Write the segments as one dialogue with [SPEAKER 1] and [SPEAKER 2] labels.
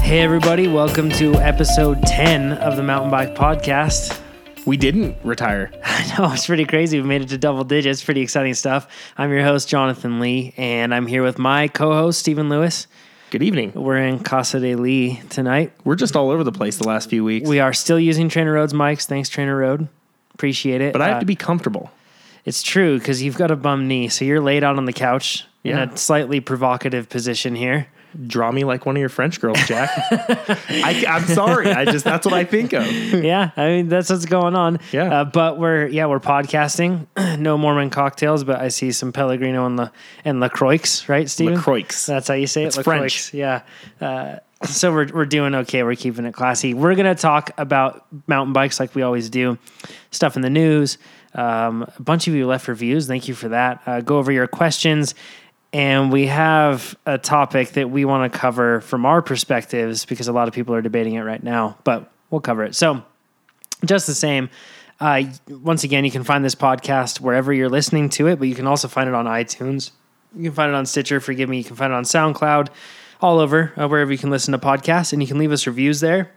[SPEAKER 1] Hey, everybody, welcome to episode 10 of the Mountain Bike Podcast.
[SPEAKER 2] We didn't retire.
[SPEAKER 1] I know it's pretty crazy. We made it to double digits. Pretty exciting stuff. I'm your host, Jonathan Lee, and I'm here with my co host, Stephen Lewis.
[SPEAKER 2] Good evening.
[SPEAKER 1] We're in Casa de Lee tonight.
[SPEAKER 2] We're just all over the place the last few weeks,
[SPEAKER 1] We are still using Trainer Road's mics. Thanks, Trainer Road. Appreciate it.
[SPEAKER 2] but I
[SPEAKER 1] Uh,
[SPEAKER 2] have to be comfortable.
[SPEAKER 1] It's true because you've got a bum knee, so you're laid out on the couch in
[SPEAKER 2] Yeah.
[SPEAKER 1] a slightly provocative position here.
[SPEAKER 2] Draw me like one of your French girls, Jack. I, I'm sorry. I just that's what I think of.
[SPEAKER 1] yeah, I mean that's what's going on.
[SPEAKER 2] Yeah.
[SPEAKER 1] uh, but we're yeah we're podcasting. no Mormon cocktails, but I see some Pellegrino and La and Lacroix, right, Steven?
[SPEAKER 2] LaCroix.
[SPEAKER 1] That's how you say it.
[SPEAKER 2] It's
[SPEAKER 1] La
[SPEAKER 2] French.
[SPEAKER 1] Croix, Yeah. Uh, so we're we're doing okay. We're keeping it classy. We're gonna talk about mountain bikes like we always do. Stuff in the news. Um, a bunch of you left reviews. Thank you for that. Uh, go over your questions. And we have a topic that we want to cover from our perspectives because a lot of people are debating it right now, but we'll cover it. So, just the same. Uh, once again, you can find this podcast wherever you're listening to it, but you can also find it on iTunes. You can find it on Stitcher, forgive me. You can find it on SoundCloud, all over, uh, wherever you can listen to podcasts. And you can leave us reviews there.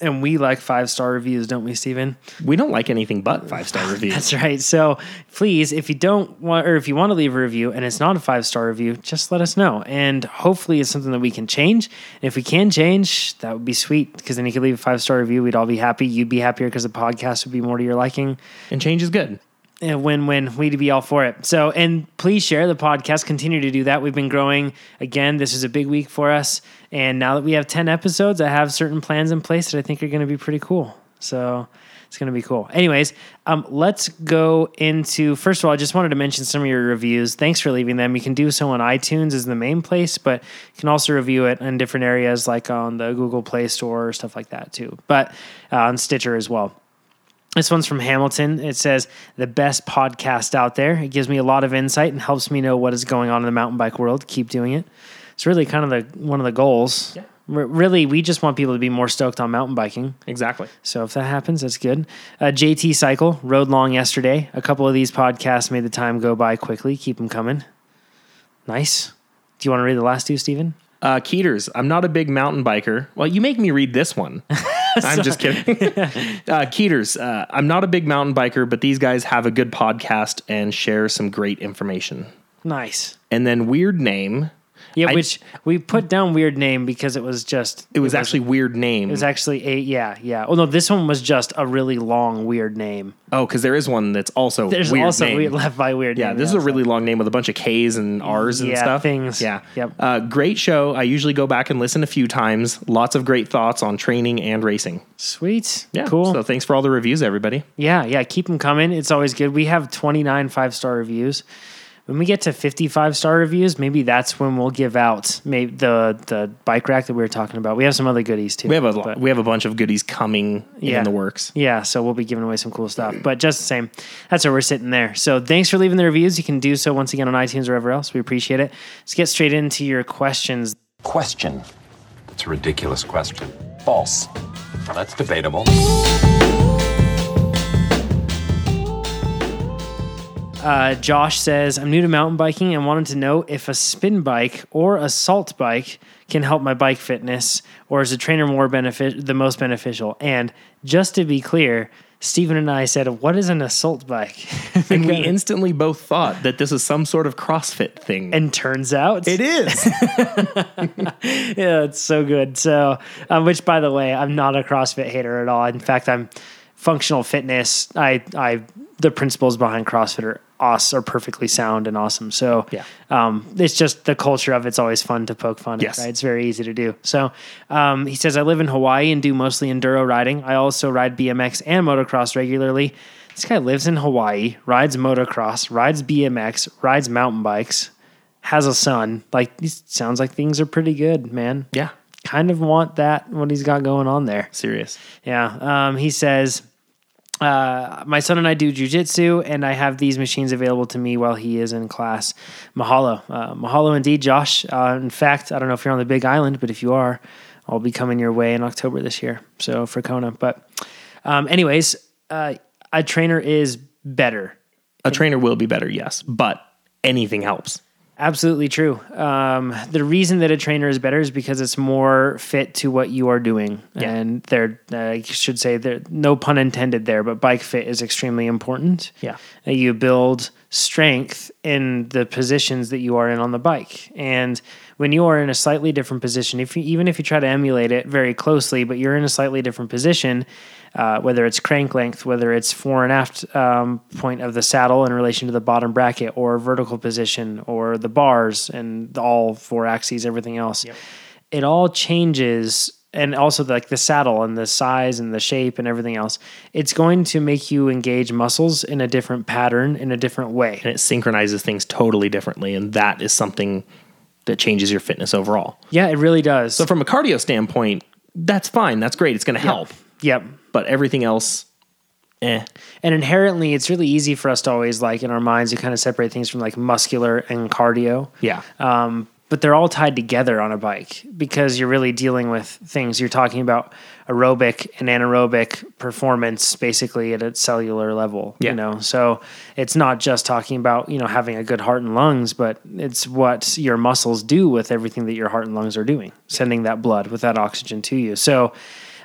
[SPEAKER 1] And we like five star reviews, don't we, Steven?
[SPEAKER 2] We don't like anything but five star reviews.
[SPEAKER 1] That's right. So please, if you don't want, or if you want to leave a review and it's not a five star review, just let us know. And hopefully, it's something that we can change. And if we can change, that would be sweet because then you could leave a five star review. We'd all be happy. You'd be happier because the podcast would be more to your liking
[SPEAKER 2] And change is good.
[SPEAKER 1] a win-win. We'd be all for it. So, and please share the podcast. Continue to do that. We've been growing. Again, this is a big week for us. And now that we have ten episodes, I have certain plans in place that I think are going to be pretty cool. So it's going to be cool. Anyways, um, let's go into first of all. I just wanted to mention some of your reviews. Thanks for leaving them. You can do so on iTunes is the main place, but you can also review it in different areas like on the Google Play Store or stuff like that too. But uh, on Stitcher as well. This one's from Hamilton. It says, the best podcast out there. It gives me a lot of insight and helps me know what is going on in the mountain bike world. Keep doing it. It's really kind of the one of the goals.
[SPEAKER 2] Yeah.
[SPEAKER 1] Re- really, we just want people to be more stoked on mountain biking.
[SPEAKER 2] Exactly.
[SPEAKER 1] So if that happens, that's good. Uh, JT Cycle rode long yesterday. A couple of these podcasts made the time go by quickly. Keep them coming. Nice. Do you want to read the last two, Steven?
[SPEAKER 2] Uh, Keeters, I'm not a big mountain biker. Well, you make me read this one. I'm just kidding. uh, Keeters, uh, I'm not a big mountain biker, but these guys have a good podcast and share some great information.
[SPEAKER 1] Nice.
[SPEAKER 2] And then weird name.
[SPEAKER 1] Yeah,
[SPEAKER 2] I-
[SPEAKER 1] which we put down weird name because it was just
[SPEAKER 2] It was actually weird name.
[SPEAKER 1] It was actually a yeah, yeah. Oh no, this one was just a really long weird name.
[SPEAKER 2] Oh, because there is one that's also
[SPEAKER 1] There's
[SPEAKER 2] weird
[SPEAKER 1] also
[SPEAKER 2] name.
[SPEAKER 1] we left by weird.
[SPEAKER 2] yeah,
[SPEAKER 1] name,
[SPEAKER 2] this is a really long name with a bunch of K's and R's and
[SPEAKER 1] Yeah,
[SPEAKER 2] stuff.
[SPEAKER 1] things.
[SPEAKER 2] Yeah.
[SPEAKER 1] Yep.
[SPEAKER 2] Uh, great show. I usually go back and listen a few times. Lots of great thoughts on training and racing.
[SPEAKER 1] sweet.
[SPEAKER 2] Yeah.
[SPEAKER 1] cool.
[SPEAKER 2] So thanks for all the reviews, everybody.
[SPEAKER 1] Yeah, yeah. Keep them coming. It's always good. We have 29 five star reviews. When we get to 55 star reviews, maybe that's when we'll give out maybe the the bike rack that we were talking about. We have some other goodies too.
[SPEAKER 2] We have a
[SPEAKER 1] but-
[SPEAKER 2] we have a bunch of goodies coming
[SPEAKER 1] Yeah.
[SPEAKER 2] in the works.
[SPEAKER 1] Yeah, so we'll be giving away some cool stuff. But just the same, that's where we're sitting there. So thanks for leaving the reviews. You can do so once again on iTunes or wherever else. We appreciate it. Let's get straight into your questions.
[SPEAKER 3] question.
[SPEAKER 4] It's a ridiculous question. False. That's debatable.
[SPEAKER 1] Uh, Josh says, I'm new to mountain biking and wanted to know if a spin bike or a salt bike can help my bike fitness, or is a trainer more benefit the most beneficial? And just to be clear, Stephen and I said, What is an assault bike?
[SPEAKER 2] And we instantly both thought that this is some sort of CrossFit thing.
[SPEAKER 1] and turns out
[SPEAKER 2] it is.
[SPEAKER 1] yeah, it's so good. So, um, which by the way, I'm not a CrossFit hater at all. In fact, I'm functional fitness. I, I, the principles behind CrossFit are us are perfectly sound and awesome. So,
[SPEAKER 2] Yeah.
[SPEAKER 1] um, it's just the culture of it's always fun to poke fun.
[SPEAKER 2] Yes.
[SPEAKER 1] at, right? It's very easy to do. So, um, he says I live in Hawaii and do mostly enduro riding. I also ride BMX and motocross regularly. This guy lives in Hawaii, rides motocross, rides BMX, rides mountain bikes has a son. Like these sounds like things are pretty good, man.
[SPEAKER 2] yeah.
[SPEAKER 1] Kind of want that what he's got going on there.
[SPEAKER 2] Serious.
[SPEAKER 1] Yeah. Um, he says, uh, my son and I do jujitsu, and I have these machines available to me while he is in class. Mahalo. Uh, mahalo indeed, Josh. Uh, in fact, I don't know if you're on the big island, but if you are, I'll be coming your way in October this year. So for Kona. But, um, anyways, uh, a trainer is better.
[SPEAKER 2] A trainer will be better, yes, but anything helps.
[SPEAKER 1] Absolutely true. Um, the reason that a trainer is better is because it's more fit to what you are doing,
[SPEAKER 2] Yeah.
[SPEAKER 1] and there uh, I should say there no pun intended there, but bike fit is extremely important.
[SPEAKER 2] Yeah.
[SPEAKER 1] Uh, you build strength in the positions that you are in on the bike, and when you are in a slightly different position, if you, even if you try to emulate it very closely, but you're in a slightly different position, uh, whether it's crank length, whether it's fore and aft um, point of the saddle in relation to the bottom bracket, or vertical position, or the bars and the- all four axes, everything else, it all changes. And also, like the saddle and the size and the shape and everything else, it's going to make you engage muscles in a different pattern, in a different way.
[SPEAKER 2] and it synchronizes things totally differently. And that is something that changes your fitness overall.
[SPEAKER 1] Yeah, it really does.
[SPEAKER 2] So, from a cardio standpoint, that's fine. That's great. It's going to help.
[SPEAKER 1] yep.
[SPEAKER 2] But everything else, eh.
[SPEAKER 1] and inherently it's really easy for us to always like in our minds to kind of separate things from like muscular and cardio
[SPEAKER 2] Yeah.
[SPEAKER 1] um, but they're all tied together on a bike because you're really dealing with things you're talking about aerobic and anaerobic performance basically at a cellular level
[SPEAKER 2] Yeah.
[SPEAKER 1] you know so it's not just talking about you know having a good heart and lungs but it's what your muscles do with everything that your heart and lungs are doing sending that blood with that oxygen to you so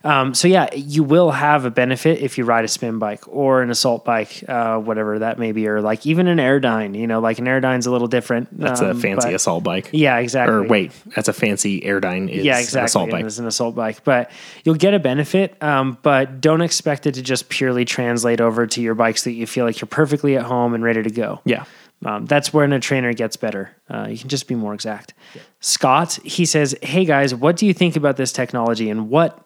[SPEAKER 1] um, so yeah, you will have a benefit if you ride a spin bike or an assault bike, uh, whatever that may be, or like even an airdyne. You know, like an airdyne's a little different.
[SPEAKER 2] That's
[SPEAKER 1] um,
[SPEAKER 2] a fancy
[SPEAKER 1] but-
[SPEAKER 2] assault bike.
[SPEAKER 1] Yeah, exactly.
[SPEAKER 2] Or wait, that's a fancy Airdyne. Is
[SPEAKER 1] yeah, exactly.
[SPEAKER 2] An assault
[SPEAKER 1] and
[SPEAKER 2] bike.
[SPEAKER 1] It's an assault bike, but you'll get a benefit, um, but don't expect it to just purely translate over to your bikes that you feel like you're perfectly at home and ready to go.
[SPEAKER 2] yeah.
[SPEAKER 1] Um, that's when a trainer gets better. Uh, you can just be more exact. Scott, he says, Hey guys, what do you think about this technology and what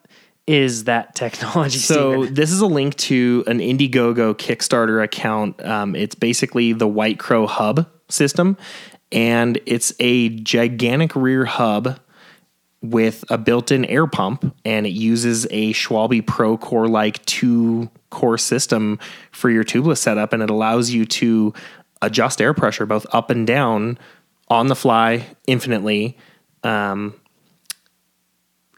[SPEAKER 1] is that technology?
[SPEAKER 2] So
[SPEAKER 1] Steven?"
[SPEAKER 2] this is a link to an Indiegogo Kickstarter account. Um, it's basically the White Crow Hub system, and it's a gigantic rear hub with a built-in air pump, and it uses a Schwalbe Pro Core like two core system for your tubeless setup, and it allows you to adjust air pressure both up and down on the fly infinitely. Um,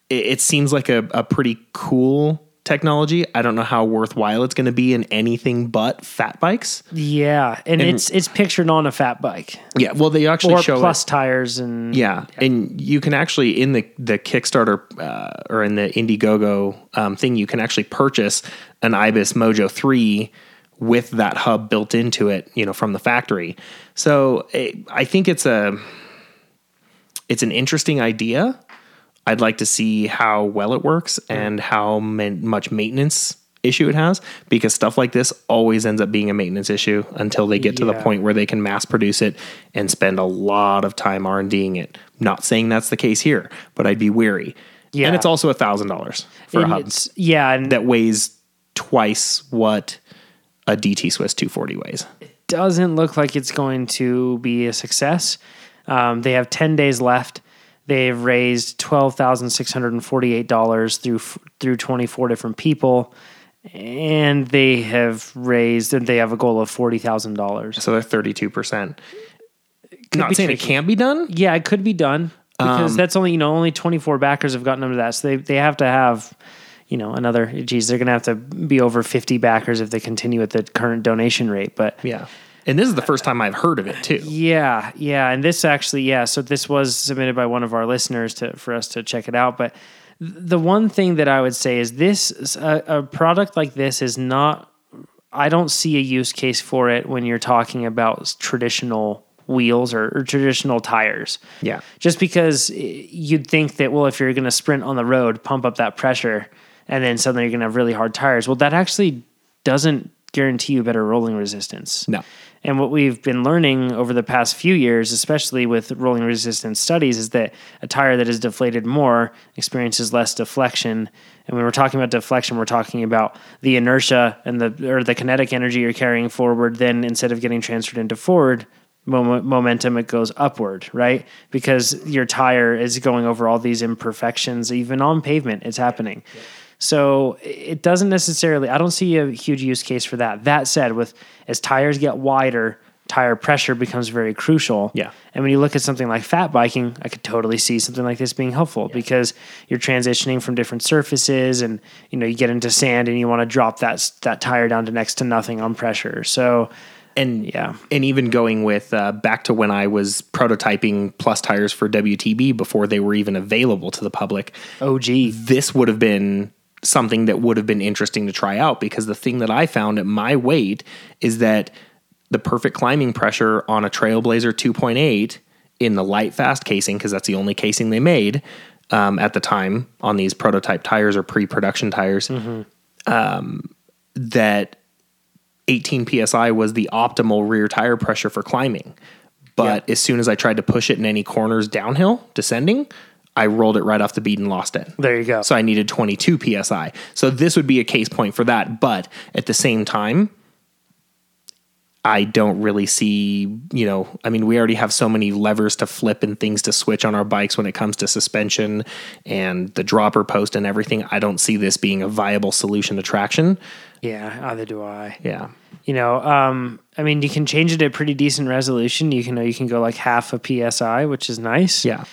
[SPEAKER 2] it, it seems like a, a pretty cool technology. I don't know how worthwhile it's going to be in anything but fat bikes.
[SPEAKER 1] yeah, and, it's it's pictured on a fat bike
[SPEAKER 2] Yeah. Well, they actually
[SPEAKER 1] or
[SPEAKER 2] show it-
[SPEAKER 1] plus tires and
[SPEAKER 2] Yeah, and you can actually in the the Kickstarter uh, or in the Indiegogo um, thing, you can actually purchase an Ibis Mojo three with that hub built into it, you know, from the factory. So it, I think it's a it's an interesting idea. I'd like to see how well it works and how man, much maintenance issue it has because stuff like this always ends up being a maintenance issue until they get to the
[SPEAKER 1] Yeah.
[SPEAKER 2] point where they can mass produce it and spend a lot of time R&Ding it. Not saying that's the case here, but I'd be weary.
[SPEAKER 1] Yeah.
[SPEAKER 2] And it's also $1,000 for a
[SPEAKER 1] and
[SPEAKER 2] hub
[SPEAKER 1] it's- yeah, and
[SPEAKER 2] that weighs twice what a DT Swiss 240 weighs.
[SPEAKER 1] doesn't look like it's going to be a success. Um, they have 10 days left. They've raised $12,648 through through 24 different people and they have raised and they have a goal of $40,000.
[SPEAKER 2] So they're 32%. Not
[SPEAKER 1] be
[SPEAKER 2] saying it
[SPEAKER 1] tricky.
[SPEAKER 2] can't be done.
[SPEAKER 1] Yeah, it could be done because that's only, you know, only 24 backers have gotten up to that. So they they have to have you know, another geez, they're gonna have to be over fifty backers if they continue at the current donation rate. But
[SPEAKER 2] Yeah. And this is the first time I've heard of it too.
[SPEAKER 1] Yeah, yeah, and this actually, yeah. So this was submitted by one of our listeners to for us to check it out. But th- the one thing that I would say is this: is a, a product like this is not. I don't see a use case for it when you're talking about s- traditional wheels or, or traditional tires.
[SPEAKER 2] Yeah.
[SPEAKER 1] Just because eh, you'd think that, well, if you're going to sprint on the road, pump up that pressure, and then suddenly you're going to have really hard tires. Well, that actually doesn't guarantee you better rolling resistance.
[SPEAKER 2] No.
[SPEAKER 1] And what we've been learning over the past few years, especially with rolling resistance studies, is that a tire that is deflated more experiences less deflection. And when we're talking about deflection, we're talking about the inertia and the or the kinetic energy you're carrying forward. Then instead of getting transferred into forward mom- momentum, it goes upward, right? Because your tire is going over all these imperfections, even on pavement, it's happening. So it doesn't necessarily. I don't see a huge use case for that. That said, with as tires get wider, tire pressure becomes very crucial.
[SPEAKER 2] Yeah.
[SPEAKER 1] And when you look at something like fat biking, I could totally see something like this being helpful because you're transitioning from different surfaces, and you know you get into sand, and you want to drop that that tire down to next to nothing on pressure. So
[SPEAKER 2] and
[SPEAKER 1] Yeah.
[SPEAKER 2] and even going with uh, back to when I was prototyping plus tires for WTB before they were even available to the public.
[SPEAKER 1] OG.
[SPEAKER 2] This would have been something that would have been interesting to try out because the thing that I found at my weight is that the perfect climbing pressure on a Trailblazer 2.8 in the light fast casing because that's the only casing they made um, at the time on these prototype tires or pre-production tires um, that 18 psi was the optimal rear tire pressure for climbing. But as soon as I tried to push it in any corners downhill, descending, I rolled it right off the bead and lost it.
[SPEAKER 1] There you go.
[SPEAKER 2] So I needed 22 psi. So this would be a case point for that. But at the same time, I don't really see, you know, I mean, we already have so many levers to flip and things to switch on our bikes when it comes to suspension and the dropper post and everything. I don't see this being a viable solution to traction.
[SPEAKER 1] Yeah, either do I.
[SPEAKER 2] Yeah.
[SPEAKER 1] You know, um, I mean, you can change it at pretty decent resolution. You can you can go like half a psi, which is nice.
[SPEAKER 2] Yeah.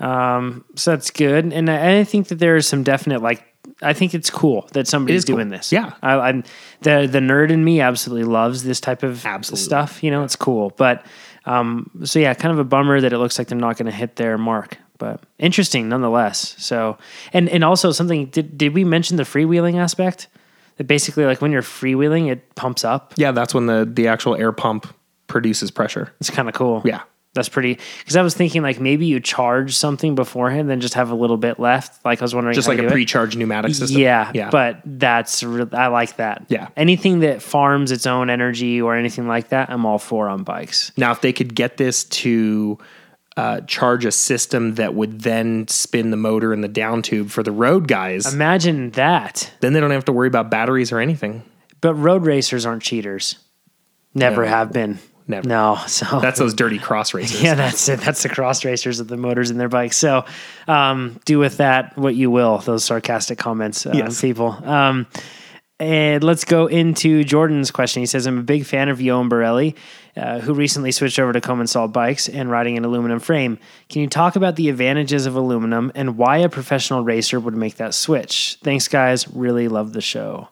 [SPEAKER 1] so that's good. And I, I think that there is some definite like. I think it's cool that somebody's
[SPEAKER 2] cool.
[SPEAKER 1] doing this.
[SPEAKER 2] Yeah.
[SPEAKER 1] I, I'm the the nerd in me absolutely loves this type of
[SPEAKER 2] Absolutely.
[SPEAKER 1] stuff. You know, it's cool. But um, so yeah, kind of a bummer that it looks like they're not going to hit their mark. But interesting nonetheless. So and and also something did did we mention the freewheeling aspect? That basically like when you're freewheeling, it pumps up.
[SPEAKER 2] Yeah, that's when the the actual air pump produces pressure.
[SPEAKER 1] It's kind of cool.
[SPEAKER 2] Yeah.
[SPEAKER 1] That's pretty. Because I was thinking like maybe you charge something beforehand, then just have a little bit left. Like I was wondering,
[SPEAKER 2] Just
[SPEAKER 1] how
[SPEAKER 2] like
[SPEAKER 1] to
[SPEAKER 2] a
[SPEAKER 1] do it.
[SPEAKER 2] pre-charged pneumatic system.
[SPEAKER 1] Yeah,
[SPEAKER 2] Yeah.
[SPEAKER 1] But that's re- I like that.
[SPEAKER 2] Yeah.
[SPEAKER 1] Anything that farms its own energy or anything like that, I'm all for on bikes.
[SPEAKER 2] now if they could get this to uh, charge a system that would then spin the motor and the down tube for the road guys,
[SPEAKER 1] Um, Imagine that.
[SPEAKER 2] then they don't have to worry about batteries or anything.
[SPEAKER 1] But road racers aren't cheaters. Never
[SPEAKER 2] No.
[SPEAKER 1] have been.
[SPEAKER 2] Never.
[SPEAKER 1] No. So
[SPEAKER 2] That's those dirty cross racers.
[SPEAKER 1] yeah, that's it. That's the cross racers of the motors in their bikes. So um, do with that what you will. Those sarcastic comments, uh,
[SPEAKER 2] Yes.
[SPEAKER 1] people. Um, and let's go into Jordan's question. He says, "I'm a big fan of Yoan Barelli, uh, who recently switched over to Common Salt bikes and riding an aluminum frame. Can you talk about the advantages of aluminum and why a professional racer would make that switch? Thanks, guys. Really love the show."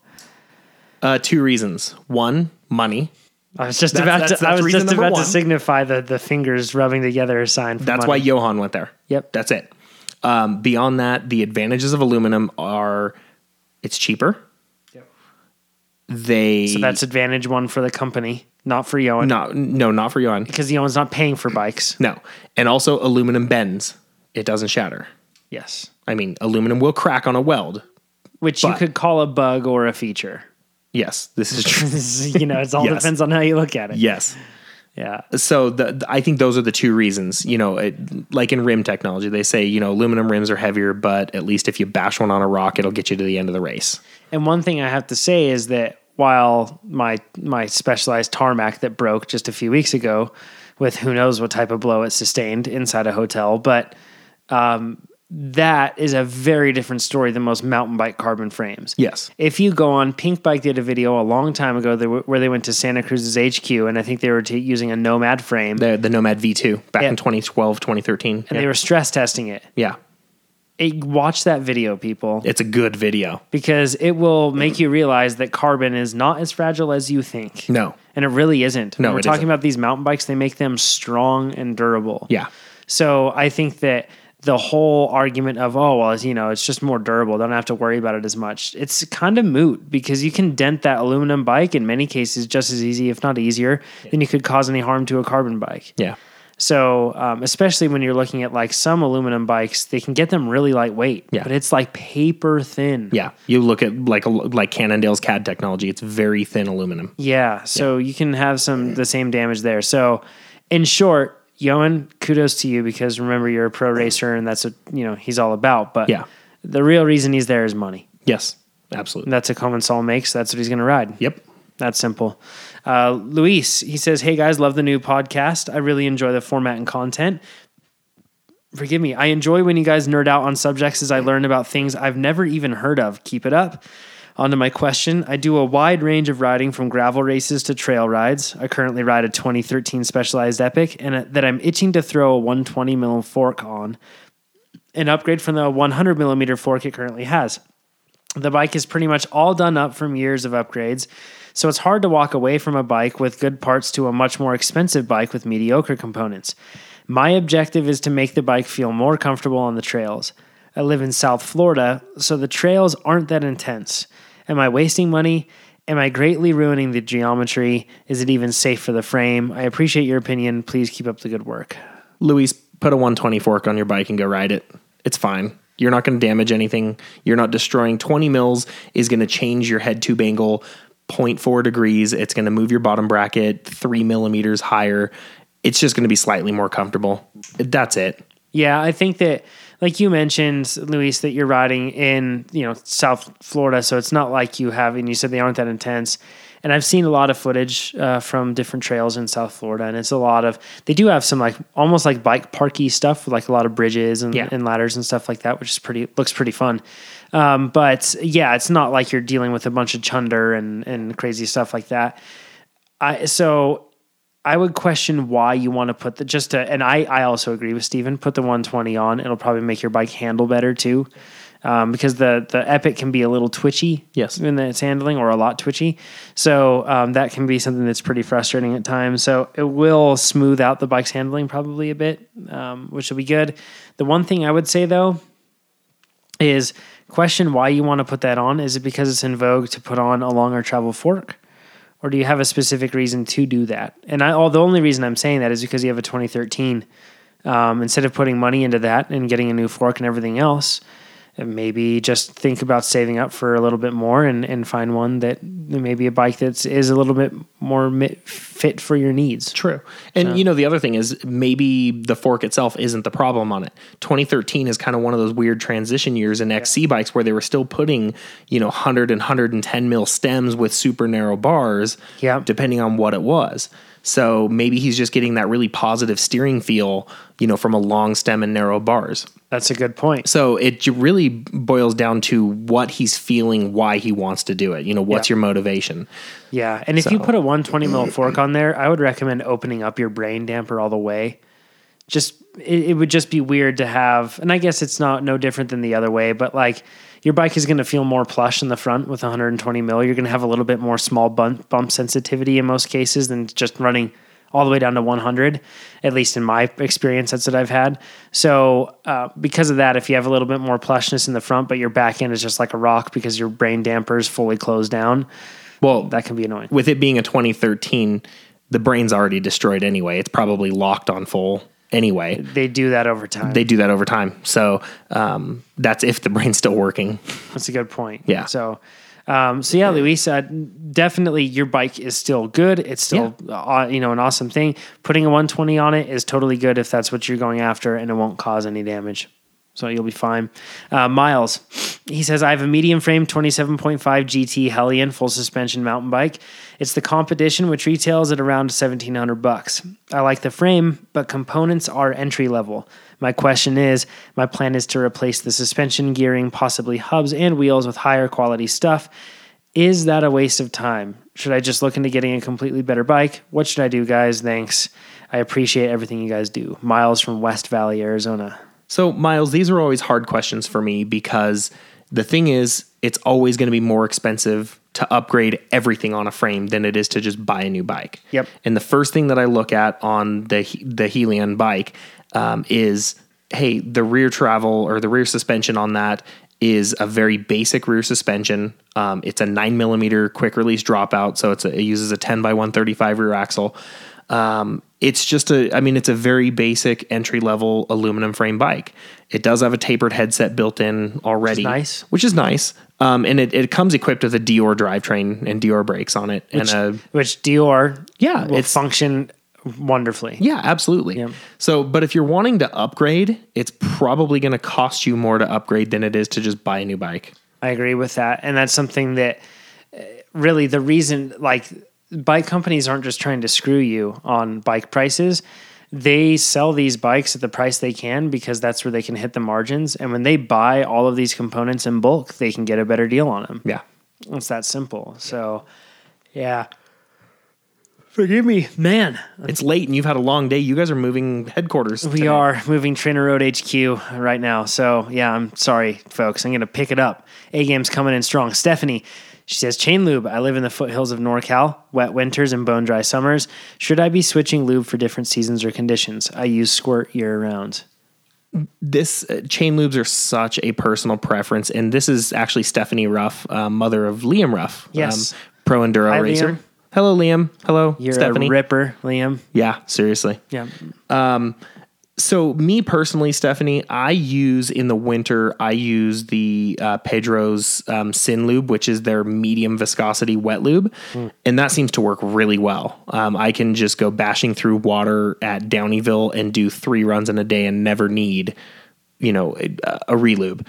[SPEAKER 2] Uh, two reasons. One, money.
[SPEAKER 1] I was just
[SPEAKER 2] That's-
[SPEAKER 1] about
[SPEAKER 2] that's-
[SPEAKER 1] to, I
[SPEAKER 2] that's
[SPEAKER 1] was
[SPEAKER 2] reason
[SPEAKER 1] just
[SPEAKER 2] number
[SPEAKER 1] about
[SPEAKER 2] one.
[SPEAKER 1] to signify the, the fingers rubbing together sign. For
[SPEAKER 2] That's
[SPEAKER 1] money.
[SPEAKER 2] why Johan went there.
[SPEAKER 1] Yep.
[SPEAKER 2] That's it. Um, beyond that, the advantages of aluminum are it's cheaper. They
[SPEAKER 1] So that's advantage one for the company, not for Yoan,
[SPEAKER 2] not no not for Johan.
[SPEAKER 1] because Yoan's not paying for bikes.
[SPEAKER 2] No. And also aluminum bends. It doesn't shatter.
[SPEAKER 1] Yes,
[SPEAKER 2] I mean, aluminum will crack on a weld.
[SPEAKER 1] which you
[SPEAKER 2] But-
[SPEAKER 1] could call a bug or a feature.
[SPEAKER 2] Yes, this is true.
[SPEAKER 1] you know, it's all
[SPEAKER 2] Yes.
[SPEAKER 1] depends on how you look at it.
[SPEAKER 2] yes.
[SPEAKER 1] Yeah,
[SPEAKER 2] So the, the- I think those are the two reasons. You know, it, like in rim technology, they say, you know, aluminum rims are heavier, but at least if you bash one on a rock, it'll get you to the end of the race.
[SPEAKER 1] And one thing I have to say is that while my my specialized tarmac that broke just a few weeks ago, with who knows what type of blow it sustained inside a hotel, but um, that is a very different story than most mountain bike carbon frames.
[SPEAKER 2] Yes.
[SPEAKER 1] If you go on Pink Bike did a video a long time ago that, where they went to Santa Cruz's HQ, and I think they were t- using a Nomad frame,
[SPEAKER 2] The, the Nomad V2 back in
[SPEAKER 1] Yeah.
[SPEAKER 2] 2012, 2013.
[SPEAKER 1] and they
[SPEAKER 2] yeah.
[SPEAKER 1] were stress testing it.
[SPEAKER 2] yeah.
[SPEAKER 1] it. Watch that video, people.
[SPEAKER 2] It's a good video.
[SPEAKER 1] because it will make you realize that carbon is not as fragile as you think.
[SPEAKER 2] No.
[SPEAKER 1] And it really isn't.
[SPEAKER 2] No,
[SPEAKER 1] When we're
[SPEAKER 2] it
[SPEAKER 1] talking
[SPEAKER 2] isn't.
[SPEAKER 1] about these mountain bikes, they make them strong and durable.
[SPEAKER 2] Yeah.
[SPEAKER 1] So I think that the whole argument of, oh, well, it's, you know, it's just more durable, don't have to worry about it as much, it's kind of moot because you can dent that aluminum bike in many cases just as easy, if not easier, than you could cause any harm to a carbon bike.
[SPEAKER 2] Yeah.
[SPEAKER 1] So, um, especially when you're looking at like some aluminum bikes, they can get them really lightweight,
[SPEAKER 2] Yeah.
[SPEAKER 1] but it's like paper thin.
[SPEAKER 2] Yeah. You look at like, a- like Cannondale's CAD technology, it's very thin aluminum.
[SPEAKER 1] Yeah, so you can have some the same damage there. So, in short, Yoan, kudos to you because remember you're a pro racer and that's what you know he's all about. But
[SPEAKER 2] Yeah.
[SPEAKER 1] the real reason he's there is money.
[SPEAKER 2] Yes. Absolutely.
[SPEAKER 1] That's a common Sol makes. That's what he's going to ride.
[SPEAKER 2] Yep.
[SPEAKER 1] That's simple. Uh, Luis, he says, Hey guys, love the new podcast. I really enjoy the format and content. Forgive me. I enjoy when you guys nerd out on subjects as I learn about things I've never even heard of. Keep it up. On to my question. I do a wide range of riding from gravel races to trail rides. I currently ride a 2013 Specialized Epic and uh, that I'm itching to throw a 120 mil fork on, an upgrade from the 100 millimeter fork it currently has. The bike is pretty much all done up from years of upgrades, so it's hard to walk away from a bike with good parts to a much more expensive bike with mediocre components. My objective is to make the bike feel more comfortable on the trails. I live in South Florida, so the trails aren't that intense. Am I wasting money? Am I greatly ruining the geometry? Is it even safe for the frame? I appreciate your opinion. Please keep up the good work.
[SPEAKER 2] Luis, put a 120 fork on your bike and go ride it. It's fine. You're not going to damage anything. You're not destroying 20 mils is going to change your head tube angle 0.4 degrees. It's going to move your bottom bracket three millimeters higher. It's just going to be slightly more comfortable. That's it.
[SPEAKER 1] Yeah, I think that like you mentioned, Luis, that you're riding in, you know, South Florida, so it's not like you have and you said they aren't that intense. And I've seen a lot of footage uh, from different trails in South Florida, and it's a lot of they do have some like almost like bike parky stuff, with like a lot of bridges and,
[SPEAKER 2] Yeah.
[SPEAKER 1] and ladders and stuff like that, which is pretty looks pretty fun. Um, but yeah, it's not like you're dealing with a bunch of chunder and and crazy stuff like that. I so I would question why you want to put the just to, and I I also agree with Steven, put the 120 on. It'll probably make your bike handle better too. Um, because the the Epic can be a little twitchy,
[SPEAKER 2] Yes.
[SPEAKER 1] in its handling, or a lot twitchy, so um, that can be something that's pretty frustrating at times. So it will smooth out the bike's handling probably a bit, um, which will be good. The one thing I would say though is question why you want to put that on. Is it because it's in vogue to put on a longer travel fork? or do you have a specific reason to do that? And I, all the only reason I'm saying that is because you have a 2013. Um, instead of putting money into that and getting a new fork and everything else, and maybe just think about saving up for a little bit more and, and find one that maybe a bike that is a little bit more mi- fit for your needs.
[SPEAKER 2] True. And you know, the other thing is maybe the fork itself isn't the problem on it. 2013 is kind of one of those weird transition years in XC bikes where they were still putting, you know, 100 and 110 mil stems with super narrow bars,
[SPEAKER 1] Yeah.
[SPEAKER 2] depending on what it was. So maybe he's just getting that really positive steering feel, you know, from a long stem and narrow bars.
[SPEAKER 1] That's a good point.
[SPEAKER 2] So it j- really boils down to what he's feeling, why he wants to do it. You know, what's
[SPEAKER 1] Yeah.
[SPEAKER 2] your motivation?
[SPEAKER 1] Yeah, and if you
[SPEAKER 2] So-
[SPEAKER 1] put a 120 mil fork on there, I would recommend opening up your brain damper all the way. Just it, it would just be weird to have, and I guess it's not no different than the other way, but like your bike is going to feel more plush in the front with 120 mil. You're going to have a little bit more small bump, bump sensitivity in most cases than just running all the way down to 100. At least in my experience, that's what I've had. So uh, because of that, if you have a little bit more plushness in the front, but your back end is just like a rock because your brain damper is fully closed down,
[SPEAKER 2] Well,
[SPEAKER 1] that can be annoying.
[SPEAKER 2] with it being a 2013, the brain's already destroyed anyway. It's probably locked on full anyway.
[SPEAKER 1] they do that over time.
[SPEAKER 2] They do that over time. So um, that's if the brain's still working.
[SPEAKER 1] That's a good point.
[SPEAKER 2] Yeah.
[SPEAKER 1] So, um, so yeah, Luis, uh, definitely your bike is still good. It's still, uh, you know, an awesome thing. Putting a 120 on it is totally good if that's what you're going after and it won't cause any damage. So you'll be fine. Uh, Miles, he says, I have a medium frame 27.5 GT Hellion full suspension mountain bike. It's the competition, which retails at around 1700 bucks. I like the frame, but components are entry level. My question is my plan is to replace the suspension, gearing, possibly hubs and wheels with higher quality stuff. Is that a waste of time? Should I just look into getting a completely better bike? What should I do, guys? Thanks. I appreciate everything you guys do. Miles from West Valley, Arizona.
[SPEAKER 2] So, Miles, these are always hard questions for me because the thing is, it's always going to be more expensive to upgrade everything on a frame than it is to just buy a new bike.
[SPEAKER 1] Yep.
[SPEAKER 2] And the first thing that I look at on the the Helion bike um, is, hey, the rear travel or the rear suspension on that is a very basic rear suspension. Um, it's a nine millimeter quick release dropout, so it's a, it uses a ten by one thirty five rear axle. Um, it's just a, I mean, it's a very basic entry level aluminum frame bike. It does have a tapered headset built in already,
[SPEAKER 1] nice.
[SPEAKER 2] Which is nice. Um, and it, it comes equipped with a Dior drivetrain and Dior brakes on it, and a
[SPEAKER 1] Which Dior
[SPEAKER 2] Uh, Yeah,
[SPEAKER 1] will
[SPEAKER 2] it's-
[SPEAKER 1] function wonderfully.
[SPEAKER 2] yeah, absolutely. So, but if you're wanting to upgrade, it's probably going to cost you more to upgrade than it is to just buy a new bike.
[SPEAKER 1] I agree with that. And that's something that uh, really the reason like bike companies aren't just trying to screw you on bike prices. They sell these bikes at the price they can because that's where they can hit the margins. And when they buy all of these components in bulk, they can get a better deal on them.
[SPEAKER 2] Yeah.
[SPEAKER 1] It's that simple. So, yeah. Forgive me, man.
[SPEAKER 2] It's late and you've had a long day. You guys are moving headquarters.
[SPEAKER 1] We are moving Trainer Road HQ right now. So, yeah, I'm sorry, folks. I'm going to pick it up. A game's coming in strong. Stephanie, she says, Chain lube. I live in the foothills of NorCal, wet winters and bone dry summers. Should I be switching lube for different seasons or conditions? I use squirt year round.
[SPEAKER 2] This uh, chain lubes are such a personal preference, and this is actually Stephanie Ruff, uh, mother of Liam Ruff. um,
[SPEAKER 1] Yes.
[SPEAKER 2] pro enduro
[SPEAKER 1] Hi,
[SPEAKER 2] racer.
[SPEAKER 1] Liam.
[SPEAKER 2] Hello, Liam. Hello,
[SPEAKER 1] You're
[SPEAKER 2] Stephanie.
[SPEAKER 1] a ripper, Liam.
[SPEAKER 2] yeah, seriously.
[SPEAKER 1] Yeah.
[SPEAKER 2] So, me personally, Stephanie, I use in the winter, I use the uh, Pedro's um, Sin Lube, which is their medium viscosity wet lube.
[SPEAKER 1] Hmm.
[SPEAKER 2] And that seems to work really well. Um, I can just go bashing through water at Downeyville and do three runs in a day and never need, you know, a, a relube.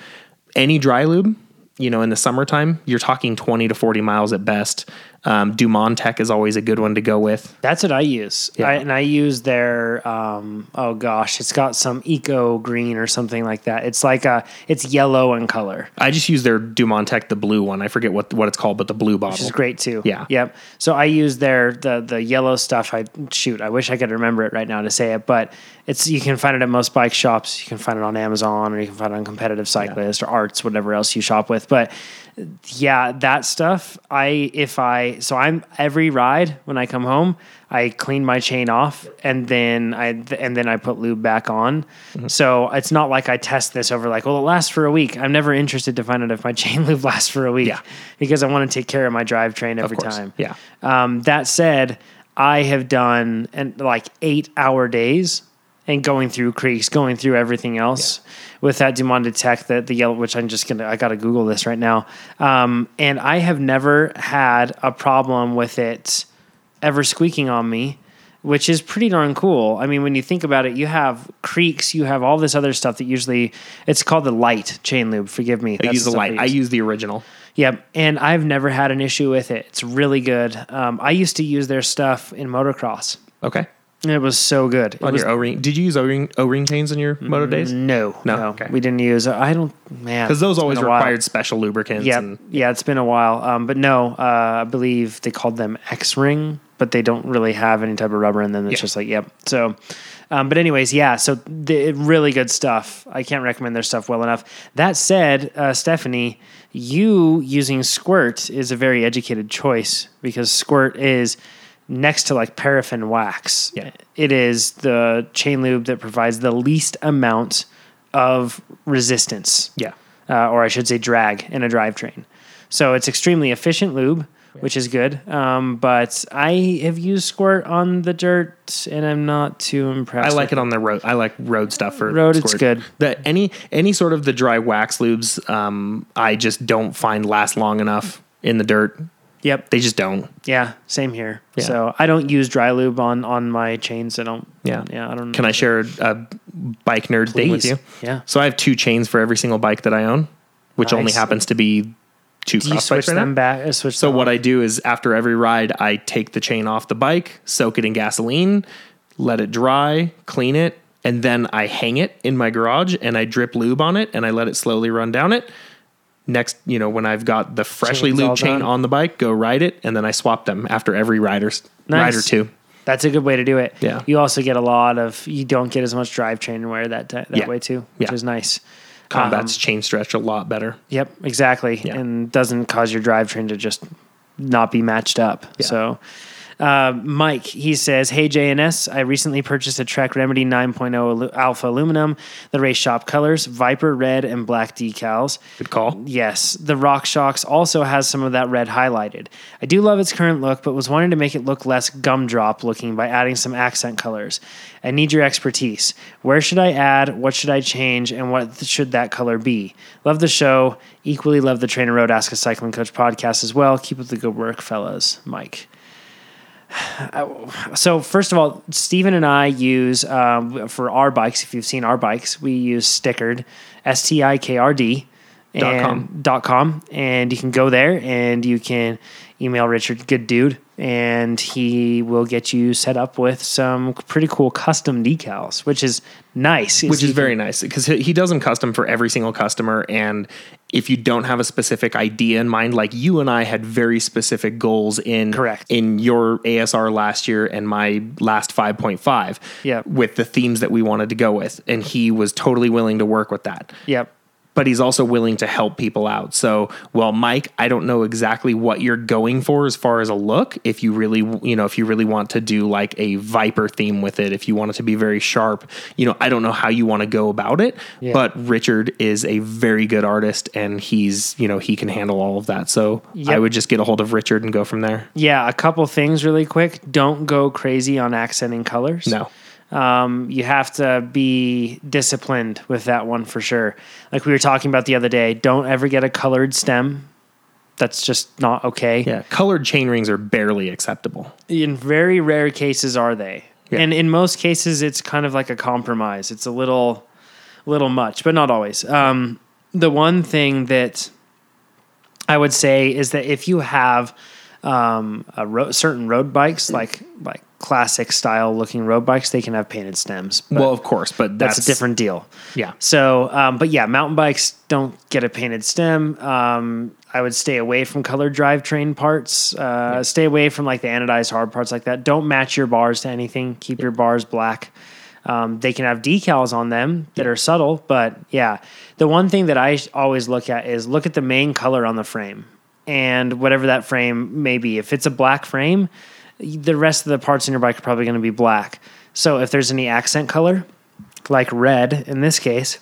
[SPEAKER 2] Any dry lube, you know, in the summertime, you're talking 20 to 40 miles at best. Um, Dumont Tech is always a good one to go with.
[SPEAKER 1] That's what I use. I, and I use their um, oh gosh, it's got some eco green or something like that. It's like a it's yellow in color.
[SPEAKER 2] I just use their Dumont Tech, the blue one. I forget what what it's called, but the blue bottle.
[SPEAKER 1] Which is great too.
[SPEAKER 2] Oh. Yeah.
[SPEAKER 1] Yep. So I use their the the yellow stuff. I shoot. I wish I could remember it right now to say it, but it's you can find it at most bike shops. You can find it on Amazon or you can find it on Competitive Cyclist or Arts, whatever else you shop with. But yeah, that stuff. I if I so I'm every ride when I come home, I clean my chain off and then I and then I put lube back on. So it's not like I test this over like, well, it lasts for a week. I'm never interested to find out if my chain lube lasts for a week
[SPEAKER 2] Yeah.
[SPEAKER 1] because I want to take care of my drivetrain every
[SPEAKER 2] course.
[SPEAKER 1] time.
[SPEAKER 2] Yeah.
[SPEAKER 1] Um, that said, I have done and like eight hour days and going through creeks, going through everything else with that Dumont Tech, that the yellow, which I'm just gonna, I gotta Google this right now. Um, and I have never had a problem with it ever squeaking on me, which is pretty darn cool. I mean, when you think about it, you have creeks, you have all this other stuff that usually it's called the light chain lube. Forgive me.
[SPEAKER 2] I use the light. I use the original.
[SPEAKER 1] Yep, and I've never had an issue with it. It's really good. Um, I used to use their stuff in motocross.
[SPEAKER 2] Okay.
[SPEAKER 1] It was so good. It
[SPEAKER 2] On
[SPEAKER 1] was- Mm,
[SPEAKER 2] your O ring, did you use O ring O ring chains in your moto days?
[SPEAKER 1] no,
[SPEAKER 2] No?
[SPEAKER 1] no,
[SPEAKER 2] Okay.
[SPEAKER 1] we didn't use. I don't, man,
[SPEAKER 2] Because those
[SPEAKER 1] it's
[SPEAKER 2] always
[SPEAKER 1] been a while.
[SPEAKER 2] required special lubricants.
[SPEAKER 1] Yep,
[SPEAKER 2] and-
[SPEAKER 1] yeah, it's been a while. Um, but no, uh, I believe they called them X ring, but they don't really have any type of rubber in them. It's
[SPEAKER 2] Yeah.
[SPEAKER 1] just like, yep. So, um, but anyways, yeah. So the, really good stuff. I can't recommend their stuff well enough. That said, uh, Stephanie, you using squirt is a very educated choice because squirt is next to like paraffin wax.
[SPEAKER 2] Yeah.
[SPEAKER 1] It is the chain lube that provides the least amount of resistance
[SPEAKER 2] yeah.
[SPEAKER 1] uh, or I should say drag in a drivetrain. So it's extremely efficient lube, which is good. Um, but I have used squirt on the dirt, and I'm not too
[SPEAKER 2] I
[SPEAKER 1] impressed.
[SPEAKER 2] like it on the road. I like road stuff for
[SPEAKER 1] Road, it's
[SPEAKER 2] squirt.
[SPEAKER 1] good.
[SPEAKER 2] The any any sort of the dry wax lubes, um, I just don't find last long enough in the dirt.
[SPEAKER 1] Yep.
[SPEAKER 2] They just don't.
[SPEAKER 1] Yeah. Same here. So I don't use dry lube on on my chains. I don't.
[SPEAKER 2] Yeah.
[SPEAKER 1] Yeah. I don't.
[SPEAKER 2] Can I share a, a bike nerd thing with
[SPEAKER 1] Please.
[SPEAKER 2] you?
[SPEAKER 1] Yeah.
[SPEAKER 2] So I have two chains for every single bike that I own, which only
[SPEAKER 1] Nice.
[SPEAKER 2] happens to be two
[SPEAKER 1] Do you
[SPEAKER 2] cross bikes
[SPEAKER 1] switch
[SPEAKER 2] right
[SPEAKER 1] them
[SPEAKER 2] now.
[SPEAKER 1] back? uh, Switch.
[SPEAKER 2] So what I do is after every ride, I take the chain off the bike, soak it in gasoline, let it dry, clean it, and then I hang it in my garage and I drip lube on it and I let it slowly run down it. Next, you know, when I've got the freshly
[SPEAKER 1] Chain's all
[SPEAKER 2] lubed chain
[SPEAKER 1] done.
[SPEAKER 2] on the bike, go ride it, and then I swap them after every rider's ride or
[SPEAKER 1] Nice.
[SPEAKER 2] two.
[SPEAKER 1] That's a good way to do it.
[SPEAKER 2] Yeah.
[SPEAKER 1] You also get a lot of. You don't get as much drivetrain wear that ti- that
[SPEAKER 2] Yeah.
[SPEAKER 1] way too, which
[SPEAKER 2] Yeah.
[SPEAKER 1] is nice. Um,
[SPEAKER 2] Combats chain stretch a lot better.
[SPEAKER 1] Yep, exactly.
[SPEAKER 2] Yeah.
[SPEAKER 1] And doesn't cause your drivetrain to just not be matched up. So, uh, Mike, he says, Hey, JNS, I recently purchased a Trek Remedy 9.0 alu- Alpha Aluminum, the race shop colors, Viper Red and Black decals.
[SPEAKER 2] Good call.
[SPEAKER 1] Yes, the Rock Shocks also has some of that red highlighted. I do love its current look, but was wanting to make it look less gumdrop looking by adding some accent colors. I need your expertise. Where should I add? What should I change? And what th- should that color be? Love the show. Equally love the Trainer Road Ask a Cycling Coach podcast as well. Keep up the good work, fellas. Mike. So first of all, Steven and I use um, for our bikes. If you've seen our bikes, we use Stickered, S T I K R D,
[SPEAKER 2] Dot com.
[SPEAKER 1] and- dot com, and you can go there and you can email Richard, good dude, and he will get you set up with some pretty cool custom decals, which is nice.
[SPEAKER 2] which
[SPEAKER 1] you
[SPEAKER 2] is very nice because he he does them custom for every single customer and if you don't have a specific idea in mind like you and i had very specific goals in
[SPEAKER 1] Correct.
[SPEAKER 2] in your asr last year and my last 5.5
[SPEAKER 1] Yeah.
[SPEAKER 2] with the themes that we wanted to go with and he was totally willing to work with that
[SPEAKER 1] Yep.
[SPEAKER 2] but he's also willing to help people out. So, well, Mike, I don't know exactly what you're going for as far as a look. If you really, you know, if you really want to do like a viper theme with it, if you want it to be very sharp, you know, I don't know how you want to go about it.
[SPEAKER 1] Yeah.
[SPEAKER 2] But Richard is a very good artist, and he's, you know, he can handle all of that. So, I
[SPEAKER 1] Yep.
[SPEAKER 2] would just get a hold of Richard and go from there.
[SPEAKER 1] Yeah, a couple things really quick. Don't go crazy on accenting colors.
[SPEAKER 2] No,
[SPEAKER 1] um, you have to be disciplined with that one for sure. Like we were talking about the other day, don't ever get a colored stem. That's just not okay.
[SPEAKER 2] yeah, colored chain rings are barely acceptable.
[SPEAKER 1] In very rare cases, are they?
[SPEAKER 2] Yeah.
[SPEAKER 1] And in most cases, it's kind of like a compromise. It's a little, little much, but not always. Um, the one thing that I would say is that if you have um, a ro- certain road bikes, like like classic style looking road bikes, they can have painted stems. But
[SPEAKER 2] well, of course, but that's,
[SPEAKER 1] that's a different deal.
[SPEAKER 2] Yeah,
[SPEAKER 1] So, um, but yeah, mountain bikes don't get a painted stem. Um, I would stay away from colored drivetrain parts. Uh, Stay away from like the anodized hard parts like that. Don't match your bars to anything. Keep your bars black. Um, they can have decals on them that are subtle, but yeah. The one thing that I sh- always look at is look at the main color on the frame and whatever that frame may be. If it's a black frame, the rest of the parts in your bike are probably going to be black. So if there's any accent color, like red in this case,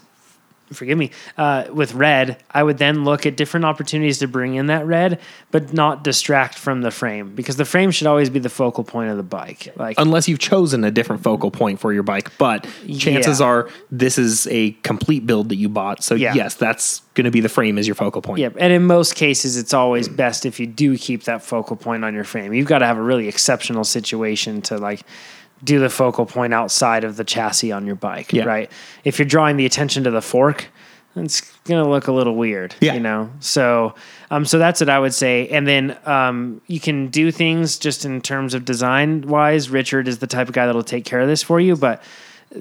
[SPEAKER 1] forgive me, uh, with red, I would then look at different opportunities to bring in that red, but not distract from the frame because the frame should always be the focal point of the bike. Like,
[SPEAKER 2] unless you've chosen a different focal point for your bike. But chances
[SPEAKER 1] Yeah.
[SPEAKER 2] are this is a complete build that you bought. So
[SPEAKER 1] Yeah.
[SPEAKER 2] yes, that's going to be the frame as your focal point.
[SPEAKER 1] Yep. And in most cases, it's always best if you do keep that focal point on your frame. You've got to have a really exceptional situation to like do the focal point outside of the chassis on your bike,
[SPEAKER 2] Yeah.
[SPEAKER 1] right? If you're drawing the attention to the fork, it's gonna look a little weird,
[SPEAKER 2] Yeah.
[SPEAKER 1] you know. So, um, so that's what I would say. And then, um, you can do things just in terms of design wise. Richard is the type of guy that'll take care of this for you, but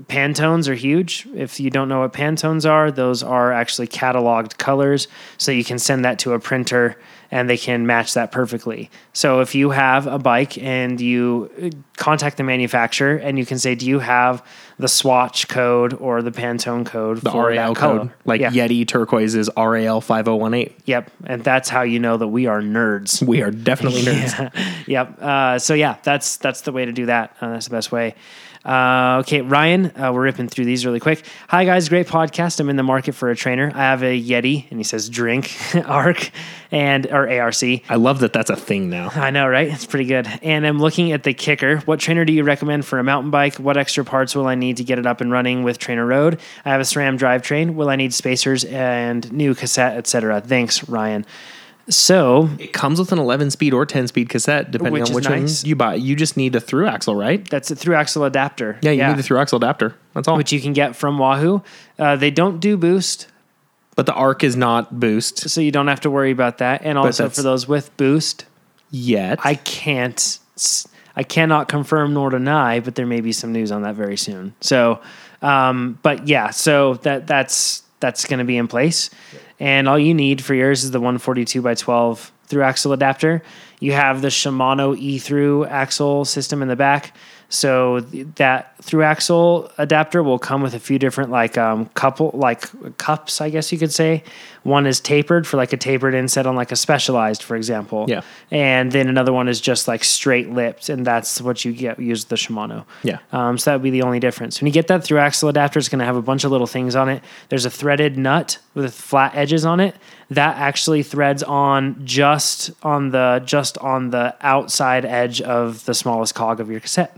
[SPEAKER 1] Pantones are huge. If you don't know what Pantones are, those are actually cataloged colors. So you can send that to a printer and they can match that perfectly. So if you have a bike and you uh, contact the manufacturer and you can say, Do you have the swatch code or the Pantone code
[SPEAKER 2] The
[SPEAKER 1] for
[SPEAKER 2] RAL
[SPEAKER 1] that color?
[SPEAKER 2] code, like
[SPEAKER 1] yeah.
[SPEAKER 2] Yeti turquoise is RAL five zero one eight.
[SPEAKER 1] Yep. And that's how you know that we are nerds.
[SPEAKER 2] We are definitely nerds.
[SPEAKER 1] yep. Uh, so yeah, that's that's the way to do that. Uh, that's the best way. Uh, okay, Ryan, uh, we're ripping through these really quick. Hi guys, great podcast. I'm in the market for a trainer. I have a Yeti, and he says drink ARC and or ARC.
[SPEAKER 2] I love that that's a thing now.
[SPEAKER 1] I know, right? It's pretty good. And I'm looking at the kicker. What trainer do you recommend for a mountain bike? What extra parts will I need to get it up and running with Trainer Road? I have a SRAM drivetrain. Will I need spacers and new cassette, etc.? Thanks, Ryan. So
[SPEAKER 2] It comes with an 11 speed or 10 speed cassette, depending
[SPEAKER 1] Which
[SPEAKER 2] on
[SPEAKER 1] is
[SPEAKER 2] which
[SPEAKER 1] nice.
[SPEAKER 2] one you buy. You just need a through axle, right?
[SPEAKER 1] that's a through axle adapter.
[SPEAKER 2] Yeah, you need a through axle adapter. That's all.
[SPEAKER 1] which you can get from Wahoo. Uh, they don't do Boost,
[SPEAKER 2] but the arc is not boost
[SPEAKER 1] so you don't have to worry about that. And also
[SPEAKER 2] that's-
[SPEAKER 1] for those with Boost,
[SPEAKER 2] yet.
[SPEAKER 1] I can't, s- I cannot confirm nor deny, but there may be some news on that very soon. So, um, but yeah, so that that's that's going to be in place, and all you need for yours is the 142 by 12 through axle adapter. You have the Shimano E through axle system in the back. So th- that through axle adapter will come with a few different like um, couple like cups, I guess you could say. One is tapered for like a tapered inset on like a specialized, for example.
[SPEAKER 2] Yeah.
[SPEAKER 1] And then another one is just like straight lipped, and that's what you get use the Shimano.
[SPEAKER 2] Yeah.
[SPEAKER 1] Um, so that would be the only difference. When you get that through axle adapter, it's going to have a bunch of little things on it. There's a threaded nut with flat edges on it that actually threads on just on the just on the outside edge of the smallest cog of your cassette.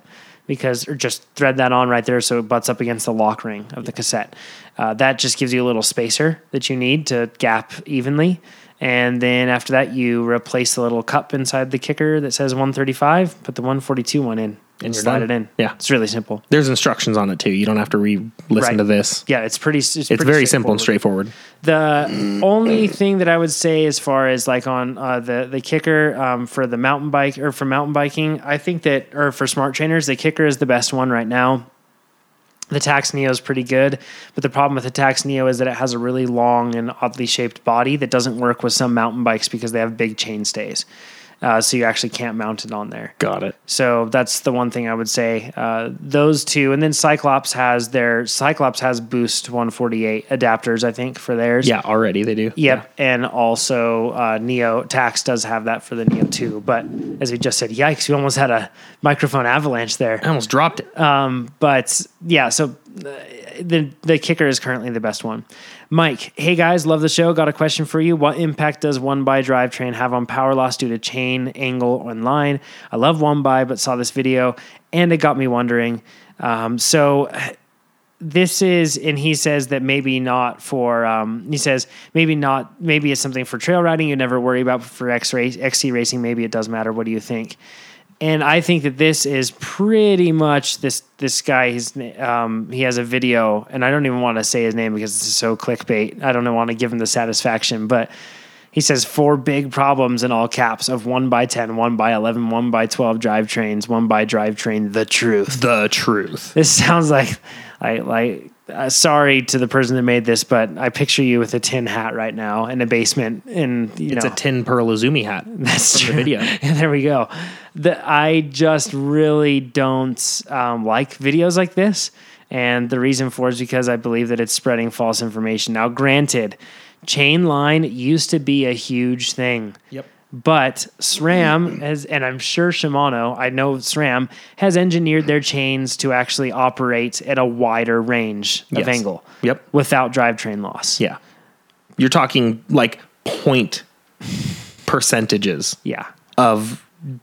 [SPEAKER 1] Because or just thread that on right there so it butts up against the lock ring of the cassette. Uh, that just gives you a little spacer that you need to gap evenly. And then after that, you replace the little cup inside the kicker that says 135, put the 142 one in.
[SPEAKER 2] and you're
[SPEAKER 1] slide
[SPEAKER 2] done.
[SPEAKER 1] it in.
[SPEAKER 2] Yeah.
[SPEAKER 1] It's really simple.
[SPEAKER 2] There's instructions on it too. You don't have to re listen
[SPEAKER 1] Right.
[SPEAKER 2] to this.
[SPEAKER 1] Yeah, it's pretty. It's,
[SPEAKER 2] It's very simple and straightforward.
[SPEAKER 1] The only thing that I would say, as far as like on uh, the the kicker um, for the mountain bike or for mountain biking, I think that or for smart trainers, the kicker is the best one right now. The Tax Neo is pretty good, but the problem with the Tax Neo is that it has a really long and oddly shaped body that doesn't work with some mountain bikes because they have big chainstays, uh, so you actually can't mount it on there.
[SPEAKER 2] Got it.
[SPEAKER 1] So that's the one thing I would say. Uh, those two, and then Cyclops has their Cyclops has Boost 148 adapters, I think, for theirs.
[SPEAKER 2] Yeah, already they do.
[SPEAKER 1] Yep. And also uh, Neo Tax does have that for the Neo 2. But as we just said, yikes, we almost had a microphone avalanche there.
[SPEAKER 2] I almost dropped it.
[SPEAKER 1] But yeah, so uh, the the kicker is currently the best one. Mike, hey guys, love the show. Got a question for you. What impact does one by drivetrain have on power loss due to chain, angle, or line? I love one by, but saw this video and it got me wondering. Um, so this is and he says that maybe not for um, he says maybe not maybe it's something for trail riding you never worry about but for x race xc racing maybe it does matter what do you think and i think that this is pretty much this this guy he's um, he has a video and i don't even want to say his name because this is so clickbait i don't want to give him the satisfaction but he says four big problems in all caps of 1 by 10 1 by 11 1 by 12 drivetrains 1 by drivetrain the truth
[SPEAKER 2] the truth.
[SPEAKER 1] this sounds like I like uh, sorry to the person that made this, but I picture you with a tin hat right now in a basement, and you
[SPEAKER 2] It's
[SPEAKER 1] know
[SPEAKER 2] a tin pearl Izumi hat.
[SPEAKER 1] that's
[SPEAKER 2] from the
[SPEAKER 1] true.
[SPEAKER 2] video.
[SPEAKER 1] there we go. The, I just really don't um, like videos like this, and the reason for it is because I believe that it's spreading false information. Now, granted, chain line used to be a huge thing.
[SPEAKER 2] Yep.
[SPEAKER 1] But SRAM has, and I'm sure Shimano, I know SRAM has engineered their chains to actually operate at a wider range of
[SPEAKER 2] Yes.
[SPEAKER 1] angle.
[SPEAKER 2] Yep.
[SPEAKER 1] Without drivetrain loss.
[SPEAKER 2] Yeah. You're talking like point percentages
[SPEAKER 1] Yeah.
[SPEAKER 2] of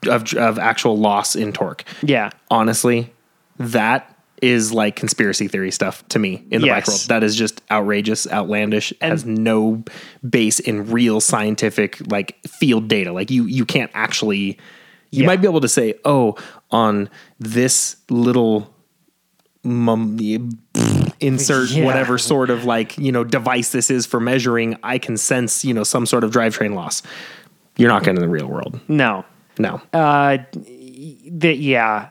[SPEAKER 2] of of actual loss in torque.
[SPEAKER 1] Yeah.
[SPEAKER 2] Honestly, that is like conspiracy theory stuff to me in the
[SPEAKER 1] Yes.
[SPEAKER 2] bike world. That is just outrageous, outlandish, has no base in real scientific like field data. Like you you can't actually you
[SPEAKER 1] Yeah.
[SPEAKER 2] might be able to say, "Oh, on this little mum, insert
[SPEAKER 1] Yeah.
[SPEAKER 2] whatever sort of like, you know, device this is for measuring, I can sense, you know, some sort of drivetrain loss." You're not going to the real world.
[SPEAKER 1] No.
[SPEAKER 2] No.
[SPEAKER 1] Uh, that yeah.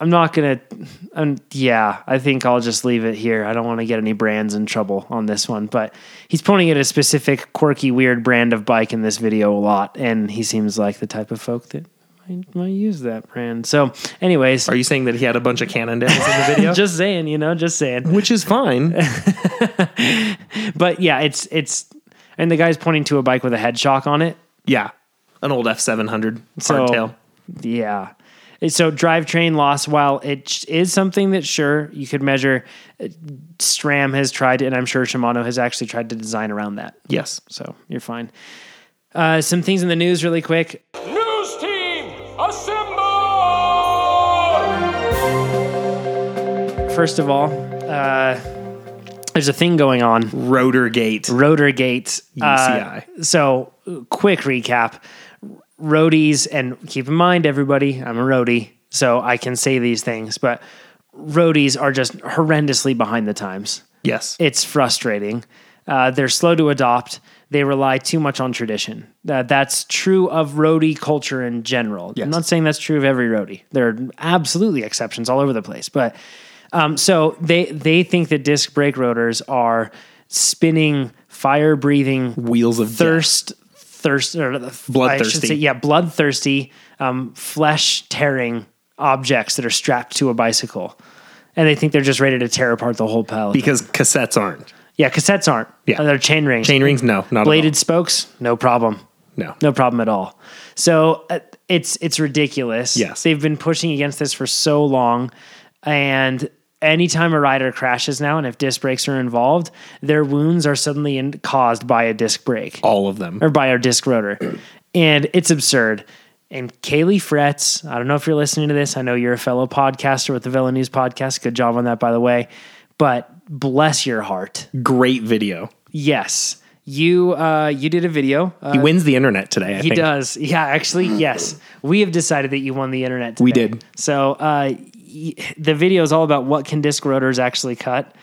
[SPEAKER 1] I'm not gonna. Um, yeah, I think I'll just leave it here. I don't want to get any brands in trouble on this one, but he's pointing at a specific quirky, weird brand of bike in this video a lot, and he seems like the type of folk that might, might use that brand. So, anyways,
[SPEAKER 2] Are you saying that he had a bunch of Cannondales in the video?
[SPEAKER 1] just saying, you know, just saying.
[SPEAKER 2] which is fine.
[SPEAKER 1] But yeah, it's it's, and the guy's pointing to a bike with a head shock on it.
[SPEAKER 2] yeah, an old F seven hundred
[SPEAKER 1] So-
[SPEAKER 2] hardtail.
[SPEAKER 1] Yeah. And So drivetrain loss, while it sh- is something that sure you could measure, uh, SRAM has tried, and I'm sure Shimano has actually tried to design around that.
[SPEAKER 2] Yes,
[SPEAKER 1] So you're fine. Uh, some things in the news, really quick.
[SPEAKER 3] News team, assemble!
[SPEAKER 1] First of all, uh, there's a thing going on
[SPEAKER 2] rotor gate.
[SPEAKER 1] Rotorgate.
[SPEAKER 2] UCI.
[SPEAKER 1] Uh, so, quick recap. Roadies, and keep in mind, everybody, I'm a roadie, so I can say these things, but roadies are just horrendously behind the times.
[SPEAKER 2] yes,
[SPEAKER 1] It's frustrating. Uh, they're slow to adopt. They rely too much on tradition. Uh, that's true of roadie culture in general. I'm not saying that's true of every roadie. There are absolutely exceptions all over the place, but um, so they they think that disc brake rotors are spinning fire breathing
[SPEAKER 2] wheels of thirst.
[SPEAKER 1] thirst thirst or the-
[SPEAKER 2] Bloodthirsty.
[SPEAKER 1] I should say, yeah, bloodthirsty, um, flesh tearing objects that are strapped to a bicycle, and they think they're just ready to tear apart the whole peloton.
[SPEAKER 2] because cassettes aren't
[SPEAKER 1] Yeah, cassettes aren't.
[SPEAKER 2] Yeah.
[SPEAKER 1] Uh, they're chain rings.
[SPEAKER 2] chain rings. No, not
[SPEAKER 1] Bladed spokes, no problem.
[SPEAKER 2] At all. No,
[SPEAKER 1] No problem at all. So uh, it's it's ridiculous.
[SPEAKER 2] Yes.
[SPEAKER 1] they've been pushing against this for so long, and anytime a rider crashes now, and if disc brakes are involved, their wounds are suddenly in, caused by a disc brake
[SPEAKER 2] all of them.
[SPEAKER 1] or by our disc rotor. and it's absurd. And Kaylee frets. I don't know if you're listening to this. I know you're a fellow podcaster with the Vela News podcast. Good job on that, by the way. But bless your heart.
[SPEAKER 2] Great video.
[SPEAKER 1] Yes. you uh, you did a video. Uh,
[SPEAKER 2] He wins the internet today. I
[SPEAKER 1] he
[SPEAKER 2] think.
[SPEAKER 1] does. Yeah, actually, yes. We have decided that you won the internet. Today.
[SPEAKER 2] We did.
[SPEAKER 1] So uh, y- the video is all about what can disc rotors actually cut.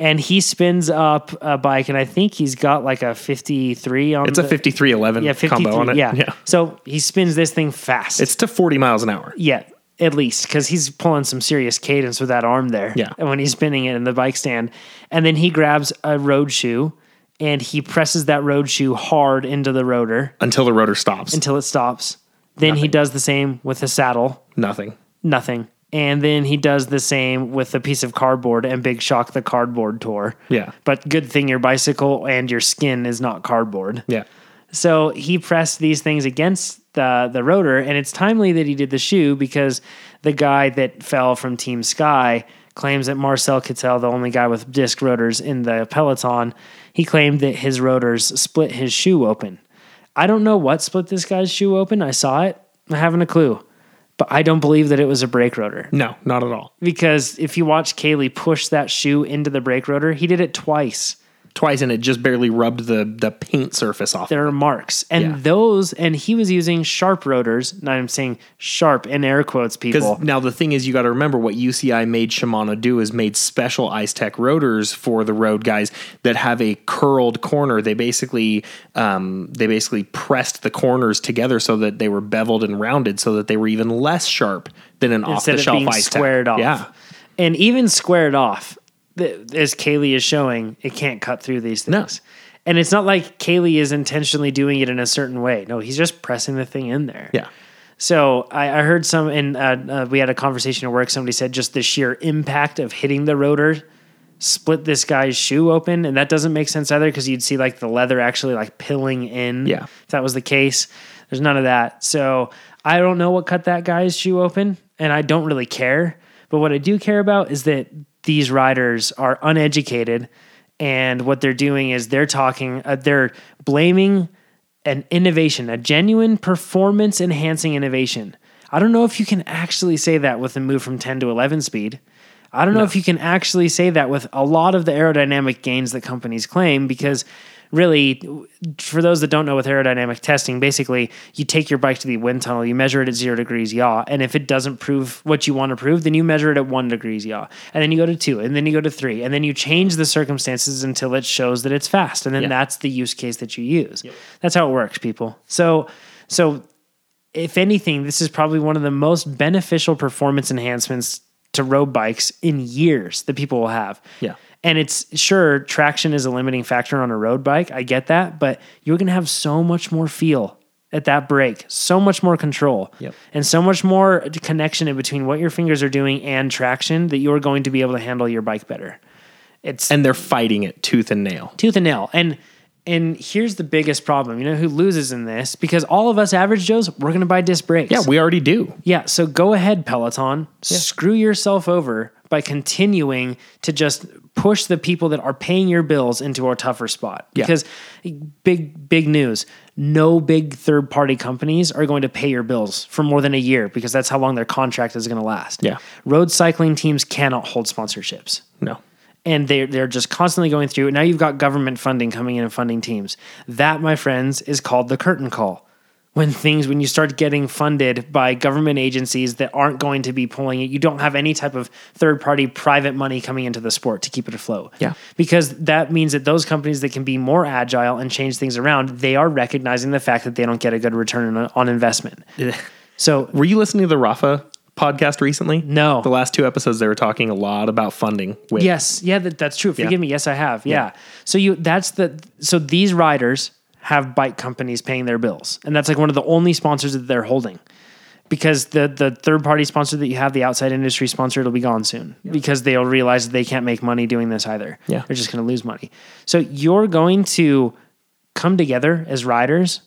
[SPEAKER 1] And he spins up a bike, and I think he's got like a 53 on
[SPEAKER 2] It's a
[SPEAKER 1] the-
[SPEAKER 2] 5311
[SPEAKER 1] yeah, 53,
[SPEAKER 2] combo on it.
[SPEAKER 1] Yeah. So he spins this thing fast.
[SPEAKER 2] It's to 40 miles an hour.
[SPEAKER 1] Yeah, at least because he's pulling some serious cadence with that arm there.
[SPEAKER 2] Yeah.
[SPEAKER 1] and when he's spinning it in the bike stand, and then he grabs a road shoe and he presses that road shoe hard into the rotor
[SPEAKER 2] Until the rotor stops.
[SPEAKER 1] until it stops. Then he does the same with the saddle.
[SPEAKER 2] Nothing.
[SPEAKER 1] Nothing. And then he does the same with a piece of cardboard and Big Shock the cardboard tour.
[SPEAKER 2] Yeah.
[SPEAKER 1] But good thing your bicycle and your skin is not cardboard.
[SPEAKER 2] Yeah.
[SPEAKER 1] So he pressed these things against the the rotor, and it's timely that he did the shoe because the guy that fell from Team Sky claims that Marcel Kittel, the only guy with disc rotors in the peloton, he claimed that his rotors split his shoe open. I don't know what split this guy's shoe open. I saw it. I haven't a clue. But I don't believe that it was a brake rotor
[SPEAKER 2] No, not at all.
[SPEAKER 1] because if you watch Kaylee push that shoe into the brake rotor, he did it twice.
[SPEAKER 2] Twice and it just barely rubbed the, the paint surface off.
[SPEAKER 1] their marks and
[SPEAKER 2] Yeah.
[SPEAKER 1] those and he was using sharp rotors now i'm saying sharp in air quotes people
[SPEAKER 2] Because now the thing is, you got to remember what UCI made Shimano do is made special Ice Tech rotors for the road guys that have a curled corner. They basically um, they basically pressed the corners together so that they were beveled and rounded, so that they were even less sharp than an off
[SPEAKER 1] instead
[SPEAKER 2] the
[SPEAKER 1] of
[SPEAKER 2] shelf
[SPEAKER 1] being
[SPEAKER 2] Ice Tech.
[SPEAKER 1] squared off
[SPEAKER 2] Yeah,
[SPEAKER 1] and even squared off th- as kaylee is showing it can't cut through these
[SPEAKER 2] No.
[SPEAKER 1] things and it's not like kaylee is intentionally doing it in a certain way no he's just pressing the thing in there
[SPEAKER 2] yeah,
[SPEAKER 1] So I, I heard some, and uh, uh, we had a conversation at work. Somebody said just the sheer impact of hitting the rotor split this guy's shoe open, and that doesn't make sense either because you'd see like the leather actually like pilling in.
[SPEAKER 2] Yeah.
[SPEAKER 1] if that was the case, there's none of that. So I don't know what cut that guy's shoe open, and I don't really care. But what I do care about is that these riders are uneducated, and what they're doing is they're talking, uh, they're blaming an innovation, a genuine performance enhancing innovation. I don't know if you can actually say that with a move from 10 to 11 speed. I don't know if you can actually say that with a lot of the aerodynamic gains that companies claim because really for those that don't know with aerodynamic testing basically you take your bike to the wind tunnel you measure it at 0 degrees yaw and if it doesn't prove what you want to prove then you measure it at 1 degrees yaw and then you go to 2 and then you go to 3 and then you change the circumstances until it shows that it's fast and then
[SPEAKER 2] Yeah.
[SPEAKER 1] that's the use case that you use that's how it works people so so if anything, this is probably one of the most beneficial performance enhancements to road bikes in years that people will have.
[SPEAKER 2] Yeah.
[SPEAKER 1] And it's sure traction is a limiting factor on a road bike. I get that, but you're going to have so much more feel at that brake, so much more control,
[SPEAKER 2] Yep.
[SPEAKER 1] and so much more connection in between what your fingers are doing and traction that you're going to be able to handle your bike better. It's
[SPEAKER 2] and they're fighting it tooth and nail.
[SPEAKER 1] tooth and nail. And and here's the biggest problem. You know who loses in this? Because all of us average Joes, we're going to buy disc brakes.
[SPEAKER 2] Yeah, we already do.
[SPEAKER 1] Yeah, so go ahead, Peloton. Screw yourself over by continuing to just push the people that are paying your bills into a tougher spot.
[SPEAKER 2] Yeah.
[SPEAKER 1] Because big big news, no big third party companies are going to pay your bills for more than a year because that's how long their contract is going to last.
[SPEAKER 2] Yeah.
[SPEAKER 1] Road cycling teams cannot hold sponsorships
[SPEAKER 2] No,
[SPEAKER 1] and they're, they're just constantly going through. Now you've got government funding coming in and funding teams. That, my friends, is called the curtain call. When things, when you start getting funded by government agencies that aren't going to be pulling it, you don't have any type of third party private money coming into the sport to keep it afloat.
[SPEAKER 2] Yeah.
[SPEAKER 1] Because that means that those companies that can be more agile and change things around, they are recognizing the fact that they don't get a good return on, on investment. So,
[SPEAKER 2] were you listening to the Rafa podcast recently?
[SPEAKER 1] No.
[SPEAKER 2] the last two episodes they were talking a lot about funding. With,
[SPEAKER 1] Yes, yeah, that, that's true. Forgive me. Yes, I have. Yeah. So you that's the so these riders have bike companies paying their bills, and that's like one of the only sponsors that they're holding. Because the the third party sponsor that you have, the outside industry sponsor, it'll be gone soon because they'll realize that they can't make money doing this either.
[SPEAKER 2] Yeah.
[SPEAKER 1] they're just going to lose money. So you're going to come together as riders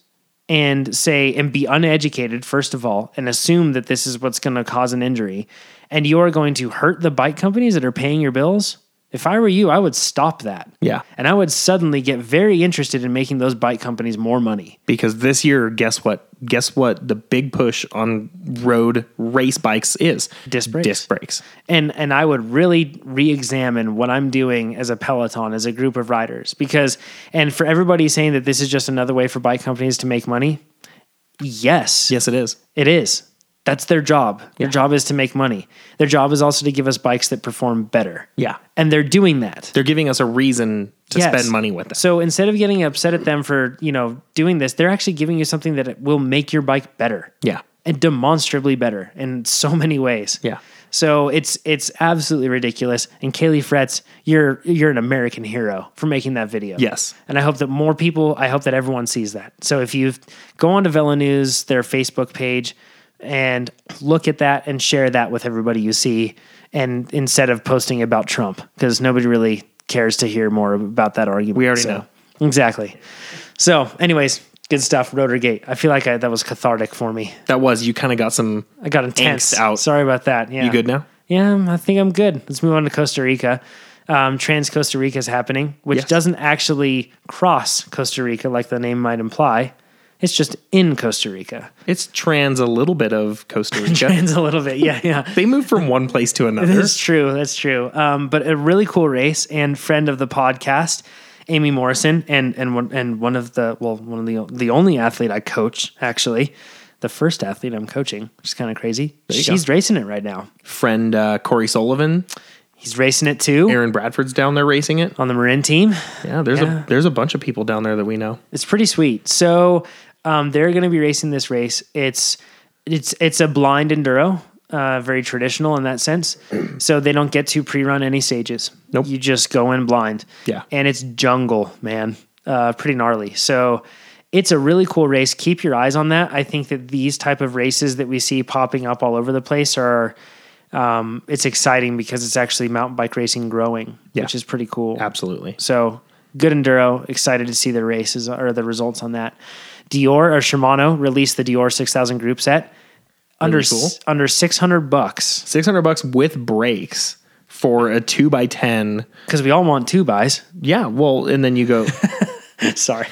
[SPEAKER 1] and say and be uneducated first of all and assume that this is what's going to cause an injury and you're going to hurt the bike companies that are paying your bills If I were you, I would stop that.
[SPEAKER 2] Yeah.
[SPEAKER 1] And I would suddenly get very interested in making those bike companies more money.
[SPEAKER 2] because this year guess what guess what the big push on road race bikes is
[SPEAKER 1] Disc brakes.
[SPEAKER 2] disc brakes
[SPEAKER 1] and and I would really re-examine what I'm doing as a peloton, as a group of riders, because and for everybody saying that this is just another way for bike companies to make money, yes,
[SPEAKER 2] yes it is
[SPEAKER 1] it is. That's their job. Their job is to make money. Their job is also to give us bikes that perform better.
[SPEAKER 2] Yeah.
[SPEAKER 1] and they're doing that.
[SPEAKER 2] they're giving us a reason to
[SPEAKER 1] Yes.
[SPEAKER 2] spend money with us
[SPEAKER 1] So instead of getting upset at them for you know doing this, they're actually giving you something that will make your bike better
[SPEAKER 2] yeah
[SPEAKER 1] and demonstrably better in so many ways.
[SPEAKER 2] Yeah.
[SPEAKER 1] So it's it's absolutely ridiculous. And Kaylee Fretz, you're you're an American hero for making that video.
[SPEAKER 2] Yes.
[SPEAKER 1] And I hope that more people, I hope that everyone sees that. So if you go on to Vela News, their Facebook page, and look at that and share that with everybody you see, and instead of posting about Trump, because nobody really cares to hear more about that argument.
[SPEAKER 2] We already
[SPEAKER 1] So-
[SPEAKER 2] know.
[SPEAKER 1] Exactly. So, anyways, good stuff, Rotorgate. I feel like I, that was cathartic for me.
[SPEAKER 2] that was you kind of got some
[SPEAKER 1] I got intense.
[SPEAKER 2] Angst out.
[SPEAKER 1] Sorry about that. Yeah.
[SPEAKER 2] you good now
[SPEAKER 1] Yeah, I think I'm good. Let's move on to Costa Rica. Um, Trans Costa Rica is happening, which
[SPEAKER 2] Yes.
[SPEAKER 1] doesn't actually cross Costa Rica like the name might imply. It's just in Costa Rica.
[SPEAKER 2] it's trans a little bit of costa rica
[SPEAKER 1] It's a little bit. Yeah, yeah.
[SPEAKER 2] they move from one place to another
[SPEAKER 1] That's true. That's true. Um, but a really cool race and friend of the podcast, Amy Morrison, and and one and one of the well, one of the the only athlete I coach actually, the first athlete I'm coaching, which is kind of crazy.
[SPEAKER 2] you
[SPEAKER 1] She's racing it right now.
[SPEAKER 2] friend uh, corey sullivan
[SPEAKER 1] He's racing it too
[SPEAKER 2] aaron bradford's down there racing it
[SPEAKER 1] on the Marin team.
[SPEAKER 2] yeah there's
[SPEAKER 1] Oh, Yeah.
[SPEAKER 2] a there's a bunch of people down there that we know
[SPEAKER 1] It's pretty sweet. So um, they're going to be racing this race. It's it's it's a blind enduro, uh, very traditional in that sense. So they don't get to pre-run any stages.
[SPEAKER 2] Nope.
[SPEAKER 1] You just go in blind.
[SPEAKER 2] Yeah.
[SPEAKER 1] And it's jungle, man. Uh, pretty gnarly. So it's a really cool race. Keep your eyes on that. I think that these type of races that we see popping up all over the place are. Um, it's exciting because it's actually mountain bike racing growing,
[SPEAKER 2] Yeah.
[SPEAKER 1] which is pretty cool.
[SPEAKER 2] absolutely
[SPEAKER 1] So good enduro. Excited to see the races uh, or the results on that. Dior or Shimano released the Dior 6000 group set under
[SPEAKER 2] Really cool.
[SPEAKER 1] s- under 600 bucks
[SPEAKER 2] 600 bucks with brakes for a 2 by 10
[SPEAKER 1] because we all want two buys.
[SPEAKER 2] yeah well and then you go
[SPEAKER 1] Sorry.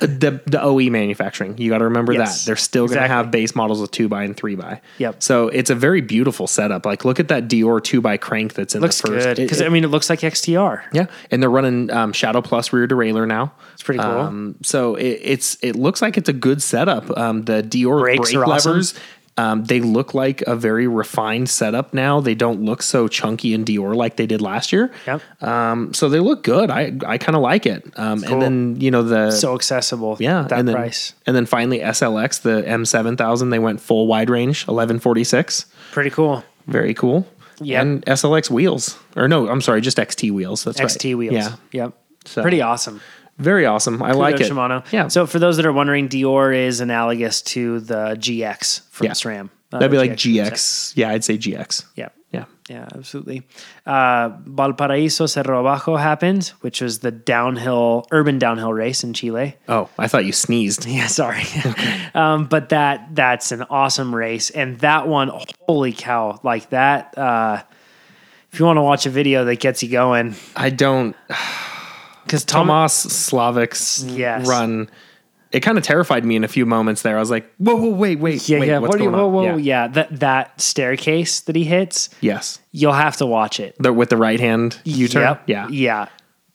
[SPEAKER 2] the the OE manufacturing. You got to remember
[SPEAKER 1] Yes,
[SPEAKER 2] that they're still going
[SPEAKER 1] exactly.
[SPEAKER 2] to have base models of two by and three by.
[SPEAKER 1] Yep.
[SPEAKER 2] So it's a very beautiful setup. Like look at that Dior two by crank that's in
[SPEAKER 1] Looks
[SPEAKER 2] the first.
[SPEAKER 1] good
[SPEAKER 2] It-
[SPEAKER 1] because
[SPEAKER 2] it-
[SPEAKER 1] I mean it looks like XTR.
[SPEAKER 2] yeah, and they're running um, Shadow Plus rear derailleur now. It's
[SPEAKER 1] pretty cool.
[SPEAKER 2] Um, so it, it's it looks like it's a good setup. Um, the Dior
[SPEAKER 1] Brakes
[SPEAKER 2] brake
[SPEAKER 1] are awesome.
[SPEAKER 2] levers. Um, they look like a very refined setup now. They don't look so chunky and Dior like they did last year.
[SPEAKER 1] Yep.
[SPEAKER 2] Um, so they look good. I I kind of like it. Um,
[SPEAKER 1] cool.
[SPEAKER 2] and then you know the
[SPEAKER 1] So accessible.
[SPEAKER 2] yeah,
[SPEAKER 1] That
[SPEAKER 2] and then,
[SPEAKER 1] price.
[SPEAKER 2] And then finally SLX, the M7000, they went full wide range, 1146.
[SPEAKER 1] Pretty cool.
[SPEAKER 2] Very cool.
[SPEAKER 1] Yep.
[SPEAKER 2] And SLX wheels. Or no, I'm sorry, just XT wheels. That's right.
[SPEAKER 1] XT wheels.
[SPEAKER 2] Yeah.
[SPEAKER 1] Yep.
[SPEAKER 2] So-
[SPEAKER 1] Pretty awesome.
[SPEAKER 2] Very awesome. I like
[SPEAKER 1] Kudo
[SPEAKER 2] it.
[SPEAKER 1] Shimano.
[SPEAKER 2] Yeah.
[SPEAKER 1] So for those that are wondering, Dior is analogous to the GX from
[SPEAKER 2] Yeah.
[SPEAKER 1] SRAM. Uh,
[SPEAKER 2] that'd be like
[SPEAKER 1] group set.
[SPEAKER 2] GX. Yeah, I'd say GX.
[SPEAKER 1] Yep.
[SPEAKER 2] Yeah.
[SPEAKER 1] Yeah, absolutely. Uh, Valparaiso Cerro Abajo happened, which was the downhill, urban downhill race in Chile.
[SPEAKER 2] Oh, I thought you sneezed.
[SPEAKER 1] Yeah, sorry. um, but that that's an awesome race, and that one, holy cow! Like that. Uh, if you want to watch a video that gets you going,
[SPEAKER 2] I don't.
[SPEAKER 1] because Thomas,
[SPEAKER 2] Tomas Slavic's
[SPEAKER 1] Yes.
[SPEAKER 2] run. It kind of terrified me in a few moments there. I was like, whoa, whoa, wait, wait.
[SPEAKER 1] yeah,
[SPEAKER 2] wait,
[SPEAKER 1] yeah,
[SPEAKER 2] What's
[SPEAKER 1] what do you,
[SPEAKER 2] going
[SPEAKER 1] whoa,
[SPEAKER 2] on?
[SPEAKER 1] whoa, yeah,
[SPEAKER 2] yeah.
[SPEAKER 1] that that staircase that he hits,
[SPEAKER 2] Yes.
[SPEAKER 1] you'll have to watch it.
[SPEAKER 2] The, with the right hand U turn.
[SPEAKER 1] Yep.
[SPEAKER 2] Yeah.
[SPEAKER 1] yeah.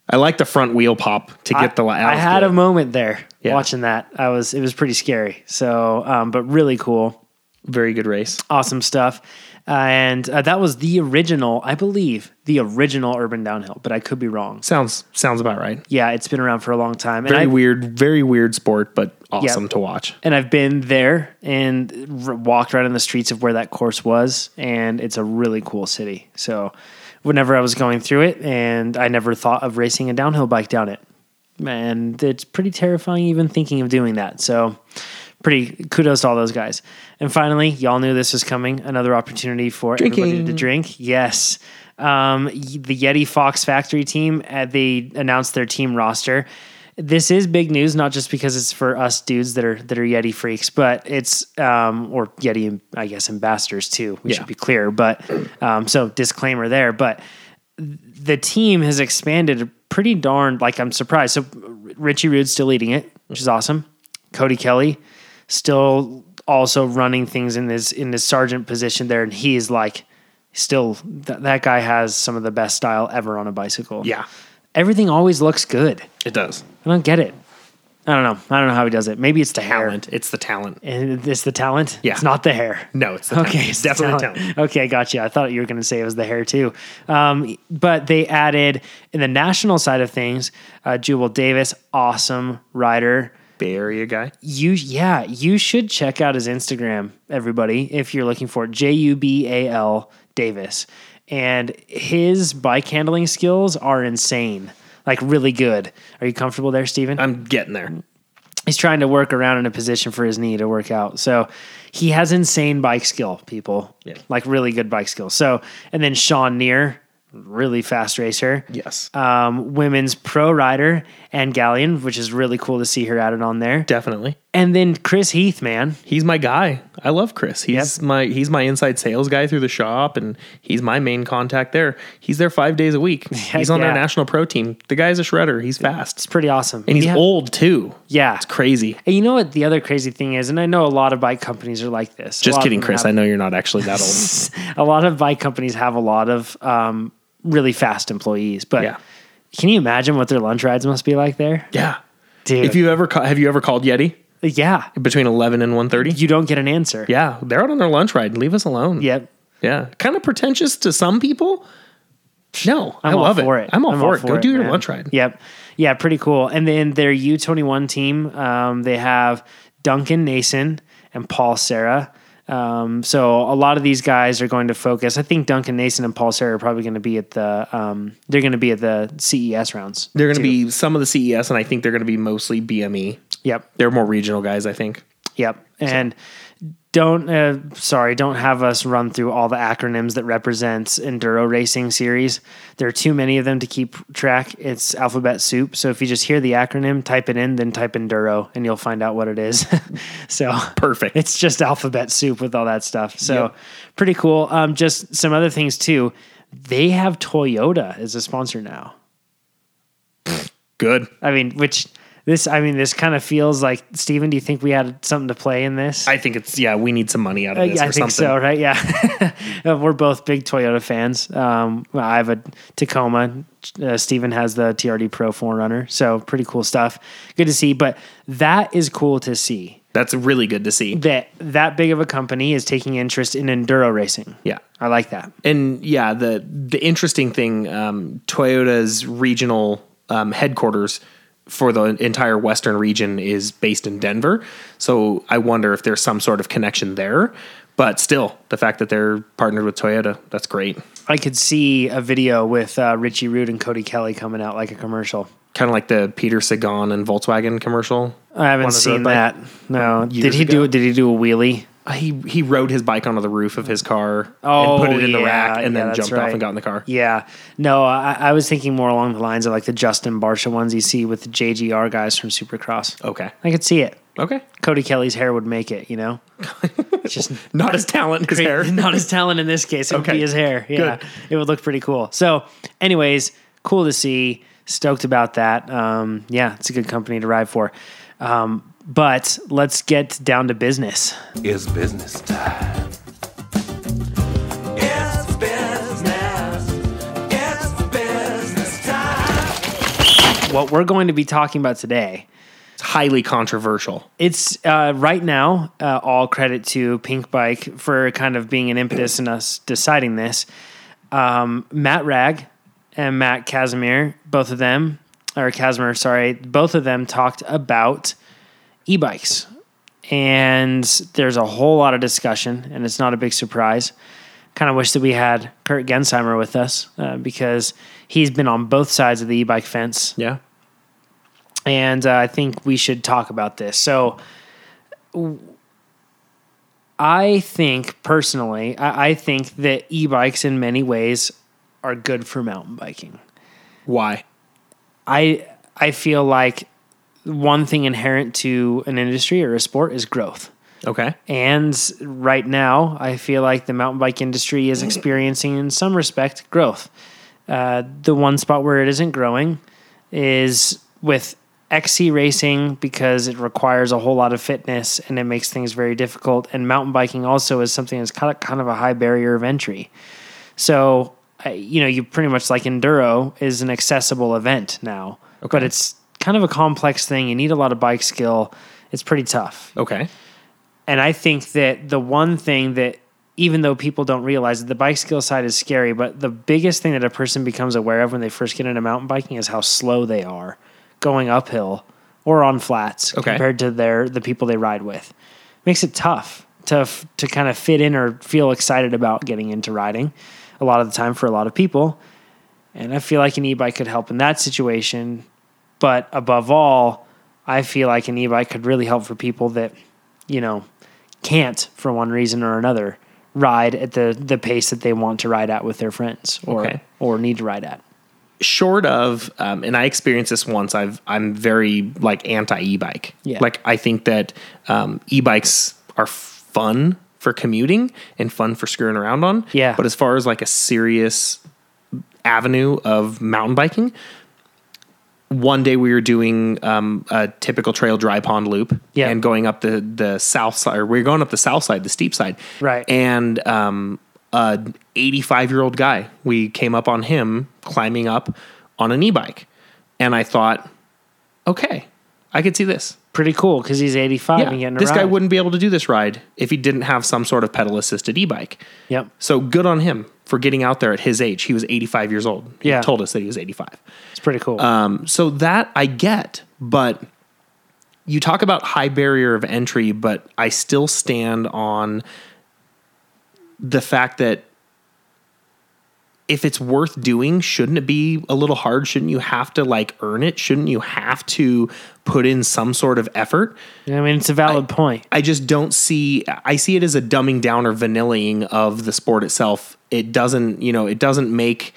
[SPEAKER 2] I like the front wheel pop to get the.
[SPEAKER 1] I, I had a moment there
[SPEAKER 2] Yeah.
[SPEAKER 1] watching that. I was it was pretty scary. So, um, but really cool,
[SPEAKER 2] very good race.
[SPEAKER 1] awesome stuff. And uh, that was the original, I believe, the original urban downhill, but I could be wrong.
[SPEAKER 2] Sounds sounds about right.
[SPEAKER 1] Yeah, it's been around for a long time. And
[SPEAKER 2] Very
[SPEAKER 1] I,
[SPEAKER 2] weird, very weird sport, but awesome to watch.
[SPEAKER 1] and I've been there and r- walked right on the streets of where that course was, and it's a really cool city. So, whenever I was going through it, and I never thought of racing a downhill bike down it, and it's pretty terrifying even thinking of doing that. So, pretty kudos to all those guys. And finally, y'all knew this was coming. Another opportunity for everybody to
[SPEAKER 2] Drinking.
[SPEAKER 1] drink. Yes. Um, y- the Yeti Fox Factory team, uh, they announced their team roster. This is big news, not just because it's for us dudes that are that are Yeti freaks, but it's um, or Yeti, I guess, ambassadors too. We
[SPEAKER 2] Yeah.
[SPEAKER 1] should be clear, but um, so disclaimer there. But the team has expanded pretty darn like I'm surprised. So R- Richie Rude's still leading it, which is awesome. Cody Kelly still also running things in his in his sergeant position there, and he is like still th- that guy has some of the best style ever on a bicycle.
[SPEAKER 2] Yeah,
[SPEAKER 1] everything always looks good.
[SPEAKER 2] it does.
[SPEAKER 1] I don't get it. I don't know. I don't know how he does it. Maybe it's the
[SPEAKER 2] Talent. It's the talent.
[SPEAKER 1] hair. And it's the talent.
[SPEAKER 2] Yeah.
[SPEAKER 1] It's not the hair.
[SPEAKER 2] No, it's the talent.
[SPEAKER 1] Okay,
[SPEAKER 2] It's definitely
[SPEAKER 1] talent.
[SPEAKER 2] talent.
[SPEAKER 1] Okay, gotcha. I thought you were going to say it was the hair too. Um, but they added in the national side of things, uh, Jubal Davis, awesome rider.
[SPEAKER 2] Bay Area guy.
[SPEAKER 1] You, yeah, you should check out his Instagram, everybody, if you're looking for J U B A L Davis. And his bike handling skills are insane, like really good. Are you comfortable there, Steven?
[SPEAKER 2] I'm getting there.
[SPEAKER 1] he's trying to work around in a position for his knee to work out. So he has insane bike skill, people.
[SPEAKER 2] Yeah.
[SPEAKER 1] Like really good bike skill. So and then Sean Neer, really fast racer.
[SPEAKER 2] Yes,
[SPEAKER 1] Um, women's pro rider and Galleon, which is really cool to see her added on there.
[SPEAKER 2] definitely.
[SPEAKER 1] And then Chris Heath, man.
[SPEAKER 2] He's my guy. I love Chris. He's my he's my inside sales guy through the shop, and he's my main contact there. He's there five days a week. He's on
[SPEAKER 1] yeah.
[SPEAKER 2] their national pro team. The guy's a shredder. He's fast,
[SPEAKER 1] It's pretty awesome.
[SPEAKER 2] and he's
[SPEAKER 1] yeah.
[SPEAKER 2] old too.
[SPEAKER 1] Yeah.
[SPEAKER 2] it's crazy.
[SPEAKER 1] And you know what the other crazy thing is, and I know a lot of bike companies are like this. A lot
[SPEAKER 2] Just
[SPEAKER 1] of
[SPEAKER 2] kidding,
[SPEAKER 1] them
[SPEAKER 2] Chris.
[SPEAKER 1] have-
[SPEAKER 2] I know you're not actually that old.
[SPEAKER 1] a lot of bike companies have a lot of um, really fast employees, but
[SPEAKER 2] Yeah.
[SPEAKER 1] can you imagine what their lunch rides must be like there?
[SPEAKER 2] yeah,
[SPEAKER 1] Dude.
[SPEAKER 2] If you ever ca- have you ever called Yeti
[SPEAKER 1] yeah,
[SPEAKER 2] between eleven and one thirty?
[SPEAKER 1] you don't get an answer.
[SPEAKER 2] Yeah, they're out on their lunch ride. Leave us alone.
[SPEAKER 1] Yep.
[SPEAKER 2] Yeah. Kind of pretentious to some people. No, i
[SPEAKER 1] I'm all
[SPEAKER 2] love
[SPEAKER 1] for it.
[SPEAKER 2] it. I'm all for it. Go do your
[SPEAKER 1] man.
[SPEAKER 2] lunch ride.
[SPEAKER 1] Yep. Yeah, pretty cool. And then their U21 team, um, they have Duncan Nason and Paul Sarah. Um, so a lot of these guys are going to focus. I think Duncan Nason and Paul Sarah are probably going to be at the um, they're going to be at the CES rounds.
[SPEAKER 2] They're going to be some of the CES, and I think they're going to be mostly BME.
[SPEAKER 1] Yep.
[SPEAKER 2] They're more regional guys, I think.
[SPEAKER 1] Yep. And don't uh, sorry, don't have us run through all the acronyms that represents enduro racing series. There are too many of them to keep track. It's alphabet soup. So if you just hear the acronym, type it in, then type enduro, and you'll find out what it is. so
[SPEAKER 2] Perfect.
[SPEAKER 1] it's just alphabet soup with all that stuff. So pretty cool. Um, just some other things too. They have Toyota as a sponsor now.
[SPEAKER 2] Good.
[SPEAKER 1] I mean, which this I mean, this kind of feels like Steven, do you think we had something to play in this?
[SPEAKER 2] I think it's, yeah, we need some money out of
[SPEAKER 1] Uh,
[SPEAKER 2] this
[SPEAKER 1] Yeah,
[SPEAKER 2] or
[SPEAKER 1] I think
[SPEAKER 2] something.
[SPEAKER 1] so, right? Yeah, Uh, we're both big Toyota fans. Um, well, I have a Tacoma. Uh, Steven has the TRD Pro 4Runner, so pretty cool stuff. Good to see, but that is cool to see
[SPEAKER 2] That's really good to see.
[SPEAKER 1] that that big of a company is taking interest in enduro racing.
[SPEAKER 2] Yeah.
[SPEAKER 1] I like that.
[SPEAKER 2] And yeah, the, the interesting thing um, Toyota's regional um, headquarters for the entire Western region is based in Denver. So I wonder if there's some sort of connection there. But still, the fact that they're partnered with Toyota, that's great.
[SPEAKER 1] I could see a video with uh, Richie Rude and Cody Kelly coming out like a commercial.
[SPEAKER 2] Kind of like the Peter Sagan and Volkswagen commercial.
[SPEAKER 1] I haven't
[SPEAKER 2] Wanna
[SPEAKER 1] seen
[SPEAKER 2] road
[SPEAKER 1] that.
[SPEAKER 2] bike?
[SPEAKER 1] No,
[SPEAKER 2] Years
[SPEAKER 1] did he do?
[SPEAKER 2] ago.
[SPEAKER 1] Did he do a wheelie?
[SPEAKER 2] Uh, He he rode his bike onto the roof of his car
[SPEAKER 1] Oh,
[SPEAKER 2] and put it in the
[SPEAKER 1] yeah,
[SPEAKER 2] rack and
[SPEAKER 1] yeah,
[SPEAKER 2] then
[SPEAKER 1] that's
[SPEAKER 2] jumped
[SPEAKER 1] right.
[SPEAKER 2] off and got in the car.
[SPEAKER 1] Yeah. No, I, I was thinking more along the lines of like the Justin Barsha ones you see with the JGR guys from Supercross.
[SPEAKER 2] Okay.
[SPEAKER 1] I could see it.
[SPEAKER 2] Okay.
[SPEAKER 1] Cody Kelly's hair would make it, you know? It's just
[SPEAKER 2] Not his talent, his hair.
[SPEAKER 1] not his talent in this case. It would
[SPEAKER 2] Okay.
[SPEAKER 1] be his hair. Yeah.
[SPEAKER 2] Good.
[SPEAKER 1] It would look pretty cool. So, anyways, cool to see. Stoked about that. Um, yeah, it's a good company to ride for. Um, but let's get down to business.
[SPEAKER 4] Is business time.
[SPEAKER 1] What we're going to be talking about today
[SPEAKER 2] It's highly controversial.
[SPEAKER 1] It's uh, right now uh, all credit to Pink Bike for kind of being an impetus in us deciding this. Um, Matt Rag and Matt Casimir, both of them, or Casimir, sorry, both of them talked about e bikes. And there's a whole lot of discussion, and it's not a big surprise. Kind of wish that we had Kurt Gensheimer with us uh, because he's been on both sides of the e bike fence
[SPEAKER 2] Yeah.
[SPEAKER 1] and uh, I think we should talk about this. So, w- I think personally, I, I think that e-bikes in many ways are good for mountain biking.
[SPEAKER 2] Why?
[SPEAKER 1] I I feel like one thing inherent to an industry or a sport is growth.
[SPEAKER 2] Okay.
[SPEAKER 1] And right now, I feel like the mountain bike industry is experiencing, in some respect, growth. Uh, the one spot where it isn't growing is with XC racing because it requires a whole lot of fitness and it makes things very difficult. And mountain biking also is something that's kind of, kind of a high barrier of entry. So, uh, you know, you pretty much like enduro is an accessible event now, but it's kind of a complex thing. You need a lot of bike skill. It's pretty tough.
[SPEAKER 2] Okay.
[SPEAKER 1] And I think that the one thing that, even though people don't realize it, the bike skill side is scary, but the biggest thing that a person becomes aware of when they first get into mountain biking is how slow they are going uphill or on flats
[SPEAKER 2] Okay.
[SPEAKER 1] compared to their the people they ride with. Makes it tough to f- to kind of fit in or feel excited about getting into riding a lot of the time for a lot of people. And I feel like an e-bike could help in that situation, but above all, I feel like an e-bike could really help for people that, you know, can't for one reason or another ride at the the pace that they want to ride at with their friends or
[SPEAKER 2] Okay.
[SPEAKER 1] or need to ride at.
[SPEAKER 2] short of um, and i experienced this once i've i'm very like anti e-bike
[SPEAKER 1] Yeah.
[SPEAKER 2] like i think that um, e-bikes are fun for commuting and fun for screwing around on
[SPEAKER 1] Yeah.
[SPEAKER 2] but as far as like a serious avenue of mountain biking one day we were doing um, a typical trail dry pond loop
[SPEAKER 1] Yeah.
[SPEAKER 2] and going up the the south side or we are going up the south side the steep side
[SPEAKER 1] Right.
[SPEAKER 2] and um an 85 year old guy we came up on him climbing up on an e-bike and i thought okay i could see this
[SPEAKER 1] Pretty cool because he's 85 and
[SPEAKER 2] yeah
[SPEAKER 1] getting a
[SPEAKER 2] this guy
[SPEAKER 1] ride.
[SPEAKER 2] wouldn't be able to do this ride if he didn't have some sort of pedal assisted e-bike
[SPEAKER 1] Yep.
[SPEAKER 2] so good on him for getting out there at his age he was 85 years old he
[SPEAKER 1] Yeah.
[SPEAKER 2] told us that he was 85
[SPEAKER 1] It's pretty cool.
[SPEAKER 2] um, so that I get, but you talk about high barrier of entry, but I still stand on the fact that if it's worth doing, shouldn't it be a little hard? Shouldn't you have to like earn it? Shouldn't you have to put in some sort of effort?
[SPEAKER 1] I mean, it's a valid point.
[SPEAKER 2] I just don't see. I see it as a dumbing down or vanillaing of the sport itself. It doesn't, you know, it doesn't make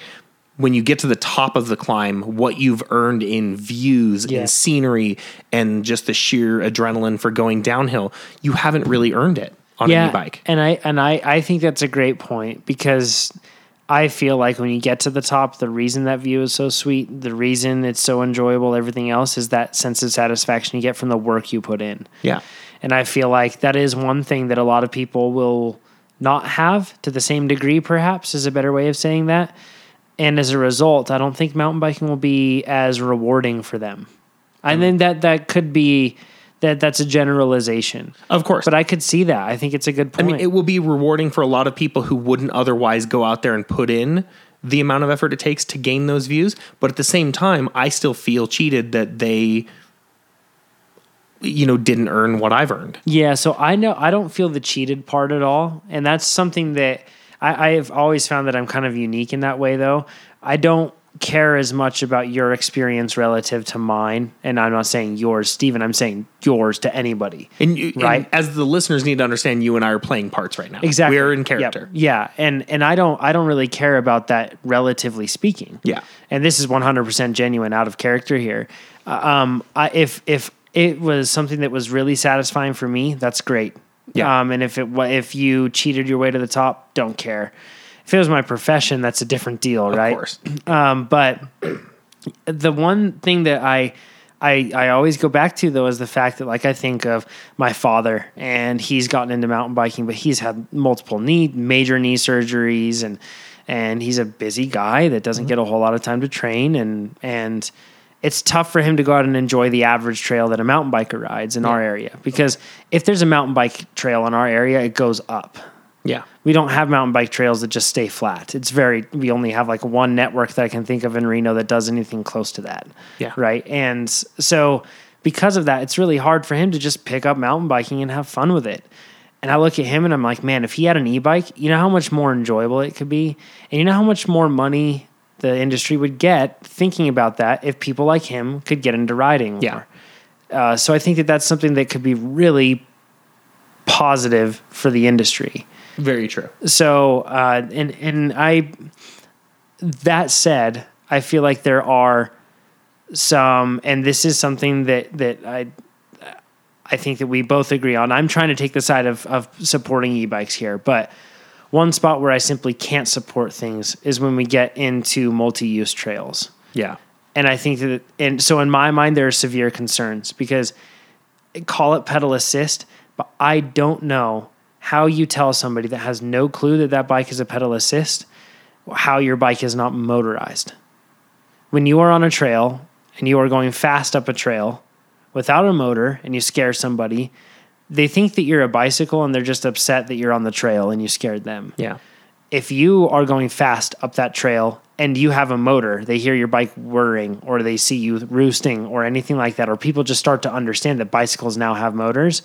[SPEAKER 2] when you get to the top of the climb what you've earned in views
[SPEAKER 1] Yeah.
[SPEAKER 2] and scenery and just the sheer adrenaline for going downhill. You haven't really earned it on an e-bike.
[SPEAKER 1] And I and I I think that's a great point because I feel like when you get to the top, the reason that view is so sweet, the reason it's so enjoyable, everything else is that sense of satisfaction you get from the work you put in.
[SPEAKER 2] Yeah,
[SPEAKER 1] And I feel like that is one thing that a lot of people will not have to the same degree, perhaps, is a better way of saying that. And as a result, I don't think mountain biking will be as rewarding for them.
[SPEAKER 2] Mm.
[SPEAKER 1] And then that that could be that that's a generalization.
[SPEAKER 2] of course.
[SPEAKER 1] But I could see that. I think it's a good
[SPEAKER 2] I
[SPEAKER 1] point.
[SPEAKER 2] mean, it will be rewarding for a lot of people who wouldn't otherwise go out there and put in the amount of effort it takes to gain those views. But at the same time, I still feel cheated that they, you know, didn't earn what I've earned.
[SPEAKER 1] yeah, so I know I don't feel the cheated part at all. And that's something that I, I have always found that I'm kind of unique in that way though. I don't care as much about your experience relative to mine. And I'm not saying yours, Steven, I'm saying yours to anybody.
[SPEAKER 2] And, you, and
[SPEAKER 1] Right.
[SPEAKER 2] as the listeners need to understand, you and I are playing parts right now.
[SPEAKER 1] Exactly.
[SPEAKER 2] We're in
[SPEAKER 1] Yep.
[SPEAKER 2] character.
[SPEAKER 1] Yeah. And and I don't I don't really care about that relatively speaking.
[SPEAKER 2] Yeah.
[SPEAKER 1] And this is 100% genuine out of character here. Uh, Um I if if it was something that was really satisfying for me, that's great.
[SPEAKER 2] Yeah.
[SPEAKER 1] Um and if it wa- if you cheated your way to the top, don't care. If it was my profession, that's a different deal, right?
[SPEAKER 2] Of course.
[SPEAKER 1] Um, but the one thing that I, I I always go back to though is the fact that like I think of my father and he's gotten into mountain biking, but he's had multiple knee major knee surgeries and and he's a busy guy that doesn't get a whole lot of time to train and and it's tough for him to go out and enjoy the average trail that a mountain biker rides in our area because if there's a mountain bike trail in our area, it goes up
[SPEAKER 2] Yeah.
[SPEAKER 1] we don't have mountain bike trails that just stay flat. It's very we only have like one network that I can think of in Reno that does anything close to that.
[SPEAKER 2] Yeah.
[SPEAKER 1] Right. And so because of that, it's really hard for him to just pick up mountain biking and have fun with it. And I look at him and I'm like, man, if he had an e-bike, you know how much more enjoyable it could be? And you know how much more money the industry would get thinking about that if people like him could get into riding
[SPEAKER 2] Yeah.
[SPEAKER 1] more. Uh, so I think that that's something that could be really positive for the industry
[SPEAKER 2] Very true.
[SPEAKER 1] so uh, and and I that said, I feel like there are some, and this is something that that I I think that we both agree on. I'm trying to take the side of of supporting e-bikes here, but One spot where I simply can't support things is when we get into multi-use trails.
[SPEAKER 2] Yeah.
[SPEAKER 1] And I think that, and so in my mind, there are severe concerns because call it pedal assist, but I don't know how you tell somebody that has no clue that that bike is a pedal assist how your bike is not motorized. When you are on a trail and you are going fast up a trail without a motor and you scare somebody, they think that you're a bicycle and they're just upset that you're on the trail and you scared them
[SPEAKER 2] Yeah.
[SPEAKER 1] if you are going fast up that trail and you have a motor, they hear your bike whirring or they see you roosting or anything like that, or people just start to understand that bicycles now have motors.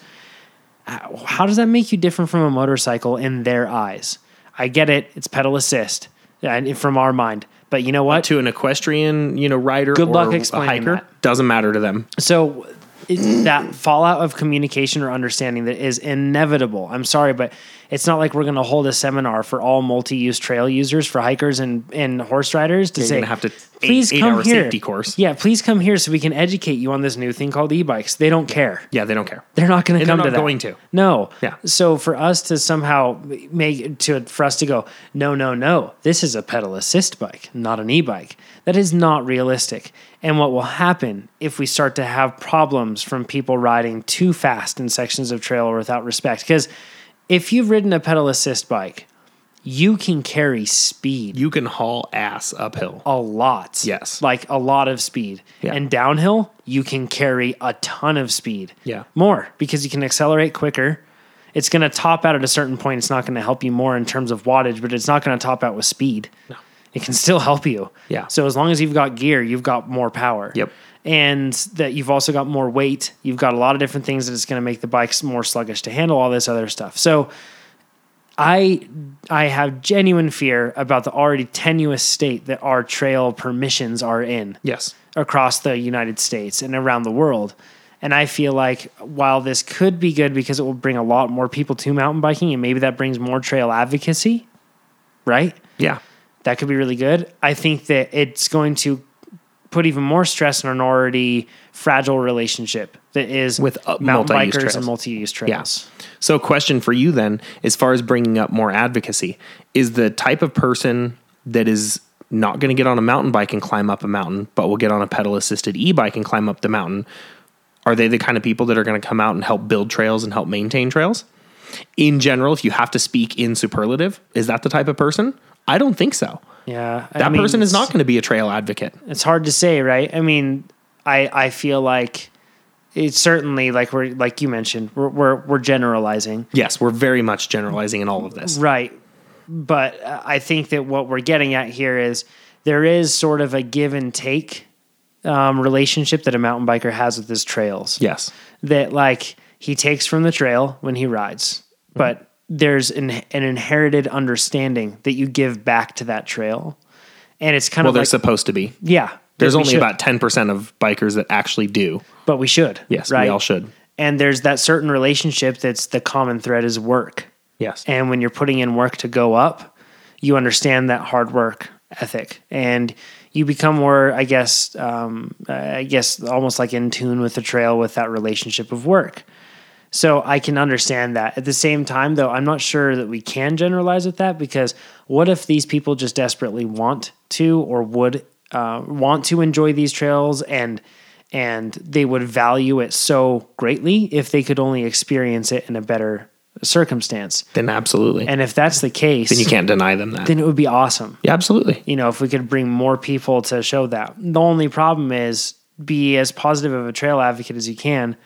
[SPEAKER 1] How how does that make you different from a motorcycle in their eyes? I get it, it's pedal assist uh, and from our mind. But you know what?
[SPEAKER 2] To an equestrian, you know, rider
[SPEAKER 1] Good
[SPEAKER 2] or
[SPEAKER 1] luck
[SPEAKER 2] a
[SPEAKER 1] explaining
[SPEAKER 2] hiker,
[SPEAKER 1] that.
[SPEAKER 2] doesn't matter to them.
[SPEAKER 1] So it, that fallout of communication or understanding that is inevitable. I'm sorry, but it's not like we're going to hold a seminar for all multi-use trail users, for hikers and, and horse riders to
[SPEAKER 2] you're
[SPEAKER 1] say,
[SPEAKER 2] gonna have to eight-
[SPEAKER 1] please
[SPEAKER 2] eight
[SPEAKER 1] come
[SPEAKER 2] hour
[SPEAKER 1] here.
[SPEAKER 2] safety course.
[SPEAKER 1] Yeah, please come here so we can educate you on this new thing called e-bikes. They don't care.
[SPEAKER 2] Yeah, they don't care.
[SPEAKER 1] They're not going to
[SPEAKER 2] And they're
[SPEAKER 1] come to
[SPEAKER 2] not
[SPEAKER 1] that.
[SPEAKER 2] going to.
[SPEAKER 1] No.
[SPEAKER 2] Yeah.
[SPEAKER 1] So for us to somehow make to for us to go, no, no, no, this is a pedal assist bike, not an e-bike. That is not realistic. And what will happen if we start to have problems from people riding too fast in sections of trail or without respect? Because if you've ridden a pedal assist bike, you can carry speed
[SPEAKER 2] You can haul ass uphill.
[SPEAKER 1] a lot.
[SPEAKER 2] Yes.
[SPEAKER 1] Like a lot of speed.
[SPEAKER 2] Yeah.
[SPEAKER 1] And downhill, you can carry a ton of speed.
[SPEAKER 2] Yeah.
[SPEAKER 1] More because you can accelerate quicker. It's going to top out at a certain point. It's not going to help you more in terms of wattage, but it's not going to top out with speed. No. It can still help you.
[SPEAKER 2] Yeah.
[SPEAKER 1] So as long as you've got gear, you've got more power.
[SPEAKER 2] Yep.
[SPEAKER 1] And that you've also got more weight. You've got a lot of different things that it's going to make the bikes more sluggish to handle all this other stuff. So I I have genuine fear about the already tenuous state that our trail permissions are in
[SPEAKER 2] Yes.
[SPEAKER 1] across the United States and around the world. And I feel like while this could be good because it will bring a lot more people to mountain biking and maybe that brings more trail advocacy, right?
[SPEAKER 2] Yeah.
[SPEAKER 1] That could be really good. I think that it's going to put even more stress on an already fragile relationship that is
[SPEAKER 2] With, uh,
[SPEAKER 1] mountain bikers
[SPEAKER 2] multi-use
[SPEAKER 1] and
[SPEAKER 2] trails.
[SPEAKER 1] multi-use trails.
[SPEAKER 2] Yes. So, question for you then, as far as bringing up more advocacy, is the type of person that is not going to get on a mountain bike and climb up a mountain, but will get on a pedal assisted e bike and climb up the mountain, are they the kind of people that are going to come out and help build trails and help maintain trails? In general, if you have to speak in superlative, is that the type of person? I don't think so.
[SPEAKER 1] Yeah. I
[SPEAKER 2] That
[SPEAKER 1] mean,
[SPEAKER 2] person is
[SPEAKER 1] it's-
[SPEAKER 2] not going to be a trail advocate.
[SPEAKER 1] it's hard to say, right? I mean, I I feel like it's certainly like we're like you mentioned, we're we're, we're generalizing,
[SPEAKER 2] Yes, we're very much generalizing in all of this.
[SPEAKER 1] right? But uh, I think that what we're getting at here is there is sort of a give and take um, relationship that a mountain biker has with his trails.
[SPEAKER 2] Yes.
[SPEAKER 1] that like he takes from the trail when he rides,
[SPEAKER 2] Mm-hmm.
[SPEAKER 1] but there's an an inherited understanding that you give back to that trail, and it's kind
[SPEAKER 2] Well,
[SPEAKER 1] of
[SPEAKER 2] they're
[SPEAKER 1] like
[SPEAKER 2] supposed to be.
[SPEAKER 1] yeah.
[SPEAKER 2] There's
[SPEAKER 1] that we
[SPEAKER 2] only
[SPEAKER 1] should-
[SPEAKER 2] about 10% of bikers that actually do.
[SPEAKER 1] but we should.
[SPEAKER 2] Yes,
[SPEAKER 1] right?
[SPEAKER 2] we all should.
[SPEAKER 1] And there's that certain relationship that's the common thread is work.
[SPEAKER 2] Yes.
[SPEAKER 1] And when you're putting in work to go up, you understand that hard work ethic, and you become more, I guess, um, I guess, almost like in tune with the trail with that relationship of work. So I can understand that. At the same time, though, I'm not sure that we can generalize with that because what if these people just desperately want to or would uh, want to enjoy these trails and and they would value it so greatly if they could only experience it in a better circumstance.
[SPEAKER 2] then absolutely. And
[SPEAKER 1] And if that's the case,
[SPEAKER 2] you can't deny them that.
[SPEAKER 1] then it would be awesome
[SPEAKER 2] yeah, absolutely.
[SPEAKER 1] you know, if we could bring more people to show that. The only problem is be as positive of a trail advocate as you can,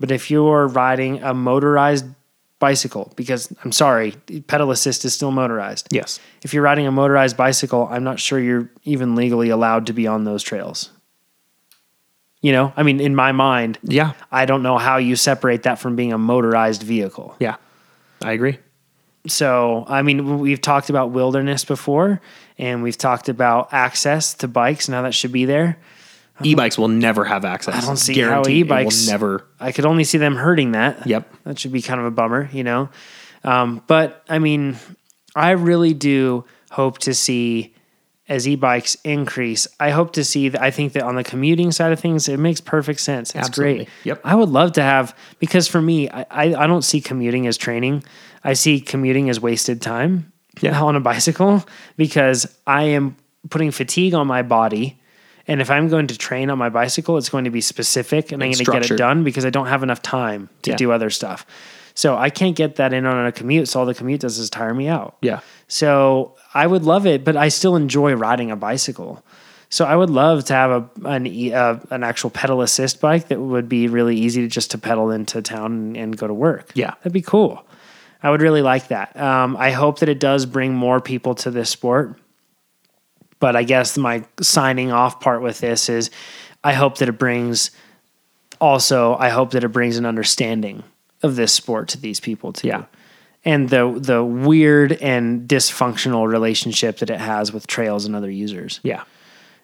[SPEAKER 1] but if you're riding a motorized bicycle, because I'm sorry, pedal assist is still motorized.
[SPEAKER 2] Yes.
[SPEAKER 1] If you're riding a motorized bicycle, I'm not sure you're even legally allowed to be on those trails. You know, I mean, in my mind,
[SPEAKER 2] Yeah.
[SPEAKER 1] I don't know how you separate that from being a motorized vehicle.
[SPEAKER 2] Yeah. Uh-huh. I agree.
[SPEAKER 1] So, I mean, we've talked about wilderness before and we've talked about access to bikes. Now that should be there.
[SPEAKER 2] E-bikes will never have access. I
[SPEAKER 1] don't see how e-bikes-
[SPEAKER 2] will never.
[SPEAKER 1] I could only see them hurting that.
[SPEAKER 2] Yep.
[SPEAKER 1] That should be kind of a bummer, you know? Um, but I mean, I really do hope to see as e-bikes increase. I hope to see that I think that on the commuting side of things, it makes perfect sense. It's
[SPEAKER 2] Absolutely.
[SPEAKER 1] great.
[SPEAKER 2] Yep.
[SPEAKER 1] I would love to have, because for me, I, I, I don't see commuting as training. I see commuting as wasted time.
[SPEAKER 2] Yeah.
[SPEAKER 1] on a bicycle because I am putting fatigue on my body. And if I'm going to train on my bicycle, it's going to be specific and, I'm going to get it
[SPEAKER 2] structured.
[SPEAKER 1] done because I don't have enough time to
[SPEAKER 2] Yeah.
[SPEAKER 1] do other stuff. So I can't get that in on a commute. So all the commute does is tire me out.
[SPEAKER 2] Yeah.
[SPEAKER 1] So I would love it, but I still enjoy riding a bicycle. So I would love to have a an e- uh, an actual pedal assist bike that would be really easy to just to pedal into town and, and go to work.
[SPEAKER 2] Yeah.
[SPEAKER 1] that'd be cool. I would really like that. Um, I hope that it does bring more people to this sport. But I guess my signing off part with this is, I hope that it brings. Also, I hope that it brings an understanding of this sport to these people too
[SPEAKER 2] Yeah.
[SPEAKER 1] and the the weird and dysfunctional relationship that it has with trails and other users.
[SPEAKER 2] Yeah.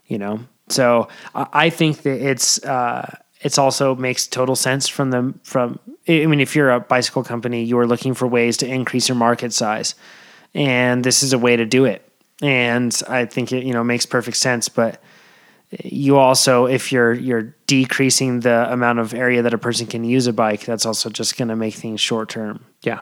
[SPEAKER 1] You know, so I, I think that it's uh, it's also makes total sense from the from. I mean, if you're a bicycle company, you are looking for ways to increase your market size, and this is a way to do it. And I think it you know makes perfect sense, but you also if you're you're decreasing the amount of area that a person can use a bike that's also just going to make things short term
[SPEAKER 2] Yeah.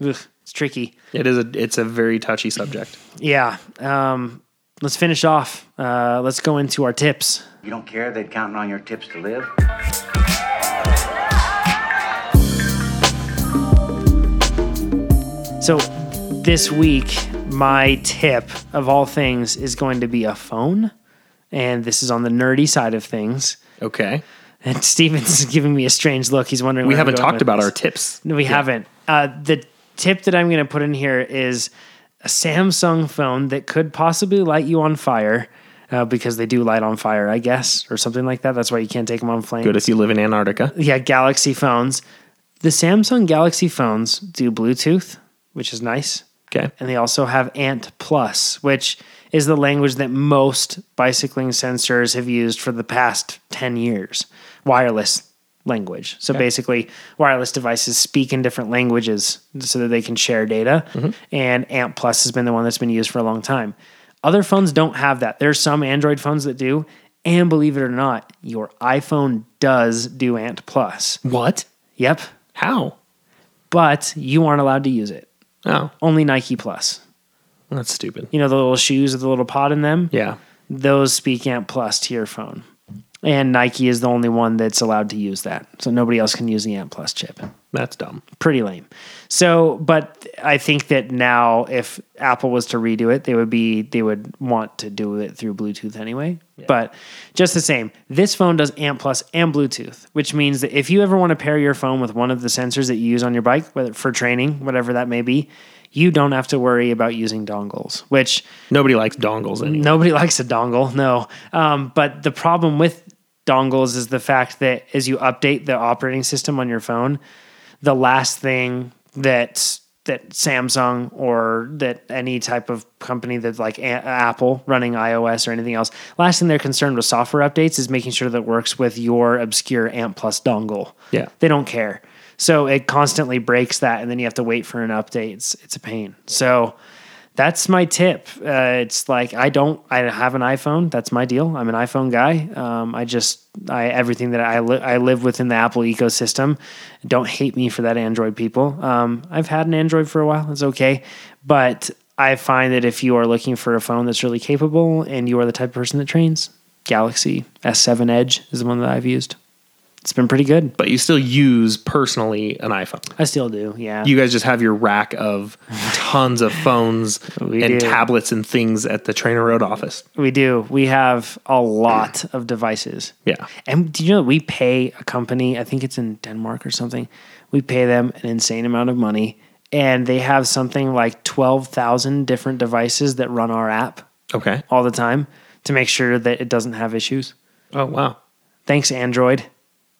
[SPEAKER 1] Ugh, it's tricky
[SPEAKER 2] It is a it's a very touchy subject.
[SPEAKER 1] Yeah. Um, let's finish off. Uh, let's go into our tips.
[SPEAKER 5] You don't care they'd counting on your tips to live?
[SPEAKER 1] So this week, my tip of all things is going to be a phone. And this is on the nerdy side of things.
[SPEAKER 2] Okay.
[SPEAKER 1] And Steven's is giving me a strange look. He's wondering where
[SPEAKER 2] We
[SPEAKER 1] I'm
[SPEAKER 2] haven't
[SPEAKER 1] going
[SPEAKER 2] talked
[SPEAKER 1] with
[SPEAKER 2] about
[SPEAKER 1] this.
[SPEAKER 2] our tips.
[SPEAKER 1] No, we haven't. Uh, the tip that I'm going to put in here is a Samsung phone that could possibly light you on fire uh, because they do light on fire, I guess, or something like that. That's why you can't take them on flame.
[SPEAKER 2] Good if you live in Antarctica.
[SPEAKER 1] yeah, Galaxy phones. The Samsung Galaxy phones do Bluetooth, which is nice.
[SPEAKER 2] Okay.
[SPEAKER 1] And they also have Ant Plus, which is the language that most bicycling sensors have used for the past 10 years wireless language. So basically, wireless devices speak in different languages so that they can share data. And Ant Plus has been the one that's been used for a long time. Other phones don't have that. There's some Android phones that do. And believe it or not, your iPhone does do Ant Plus.
[SPEAKER 2] What?
[SPEAKER 1] Yep.
[SPEAKER 2] How?
[SPEAKER 1] But you aren't allowed to use it.
[SPEAKER 2] Oh,
[SPEAKER 1] Only Nike Plus.
[SPEAKER 2] that's stupid.
[SPEAKER 1] you know the little shoes with the little pod in them
[SPEAKER 2] Yeah.
[SPEAKER 1] those speak amp plus to your phone and nike is the only one that's allowed to use that so nobody else can use the amp plus chip
[SPEAKER 2] That's dumb.
[SPEAKER 1] pretty lame so but i think that now if apple was to redo it they would be they would want to do it through bluetooth anyway but just the same this phone does amp plus and bluetooth which means that if you ever want to pair your phone with one of the sensors that you use on your bike whether for training whatever that may be you don't have to worry about using dongles which
[SPEAKER 2] Nobody likes dongles anymore.
[SPEAKER 1] Nobody likes a dongle, no. Um, but the problem with dongles is the fact that as you update the operating system on your phone, the last thing that that Samsung or that any type of company that's like a- Apple running iOS or anything else, last thing they're concerned with software updates is making sure that it works with your obscure Amp Plus dongle.
[SPEAKER 2] Yeah.
[SPEAKER 1] they don't care. So it constantly breaks that, and then you have to wait for an update. It's it's a pain. So that's my tip. Uh, it's like I don't. I have an iPhone. That's my deal. I'm an iPhone guy. Um, I just I everything that I li- I live within the Apple ecosystem. Don't hate me for that, Android people. Um, I've had an Android for a while. It's okay, but I find that if you are looking for a phone that's really capable and you are the type of person that trains, Galaxy S7 Edge is the one that I've used. It's been pretty good.
[SPEAKER 2] But you still use personally an iPhone.
[SPEAKER 1] I still do. Yeah.
[SPEAKER 2] You guys just have your rack of tons of phones
[SPEAKER 1] We
[SPEAKER 2] and
[SPEAKER 1] do.
[SPEAKER 2] tablets and things at the Trainer Road office.
[SPEAKER 1] we do. We have a lot of devices.
[SPEAKER 2] Yeah.
[SPEAKER 1] And do you know that we pay a company, I think it's in Denmark or something, we pay them an insane amount of money and they have something like 12,000 different devices that run our app
[SPEAKER 2] Okay.
[SPEAKER 1] all the time to make sure that it doesn't have issues.
[SPEAKER 2] Oh, wow.
[SPEAKER 1] Thanks Android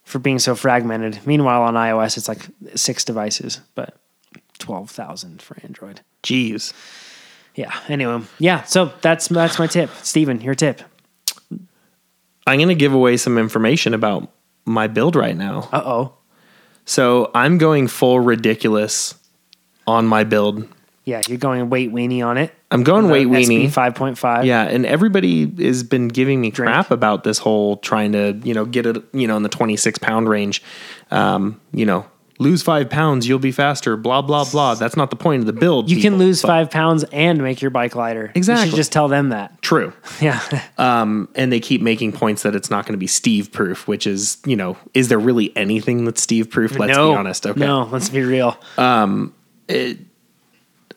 [SPEAKER 1] for being so fragmented. Meanwhile on iOS it's like 6 devices, but 12,000 for Android.
[SPEAKER 2] Jeez.
[SPEAKER 1] Yeah, anyway. Yeah, so that's that's my tip. Steven, your tip.
[SPEAKER 2] I'm going to give away some information about my build right now.
[SPEAKER 1] Uh-oh.
[SPEAKER 2] So I'm going full ridiculous on my build.
[SPEAKER 1] Yeah, you're going weight weenie on it.
[SPEAKER 2] I'm going weight weenie.
[SPEAKER 1] Five point five.
[SPEAKER 2] Yeah, and everybody has been giving me crap about this whole trying to, you know, get it, you know, in the 26 pound range, um, you know, lose five pounds, you'll be faster. Blah blah blah. That's not the point of the build.
[SPEAKER 1] You can
[SPEAKER 2] people,
[SPEAKER 1] lose
[SPEAKER 2] but-
[SPEAKER 1] five pounds and make your bike lighter. You should
[SPEAKER 2] Exactly.
[SPEAKER 1] just tell them that.
[SPEAKER 2] True.
[SPEAKER 1] Yeah.
[SPEAKER 2] and they keep making points that it's not going to be Steve proof, which is, you know, is there really anything that's Steve proof? Let's
[SPEAKER 1] no,
[SPEAKER 2] be honest. Okay.
[SPEAKER 1] No, let's be real.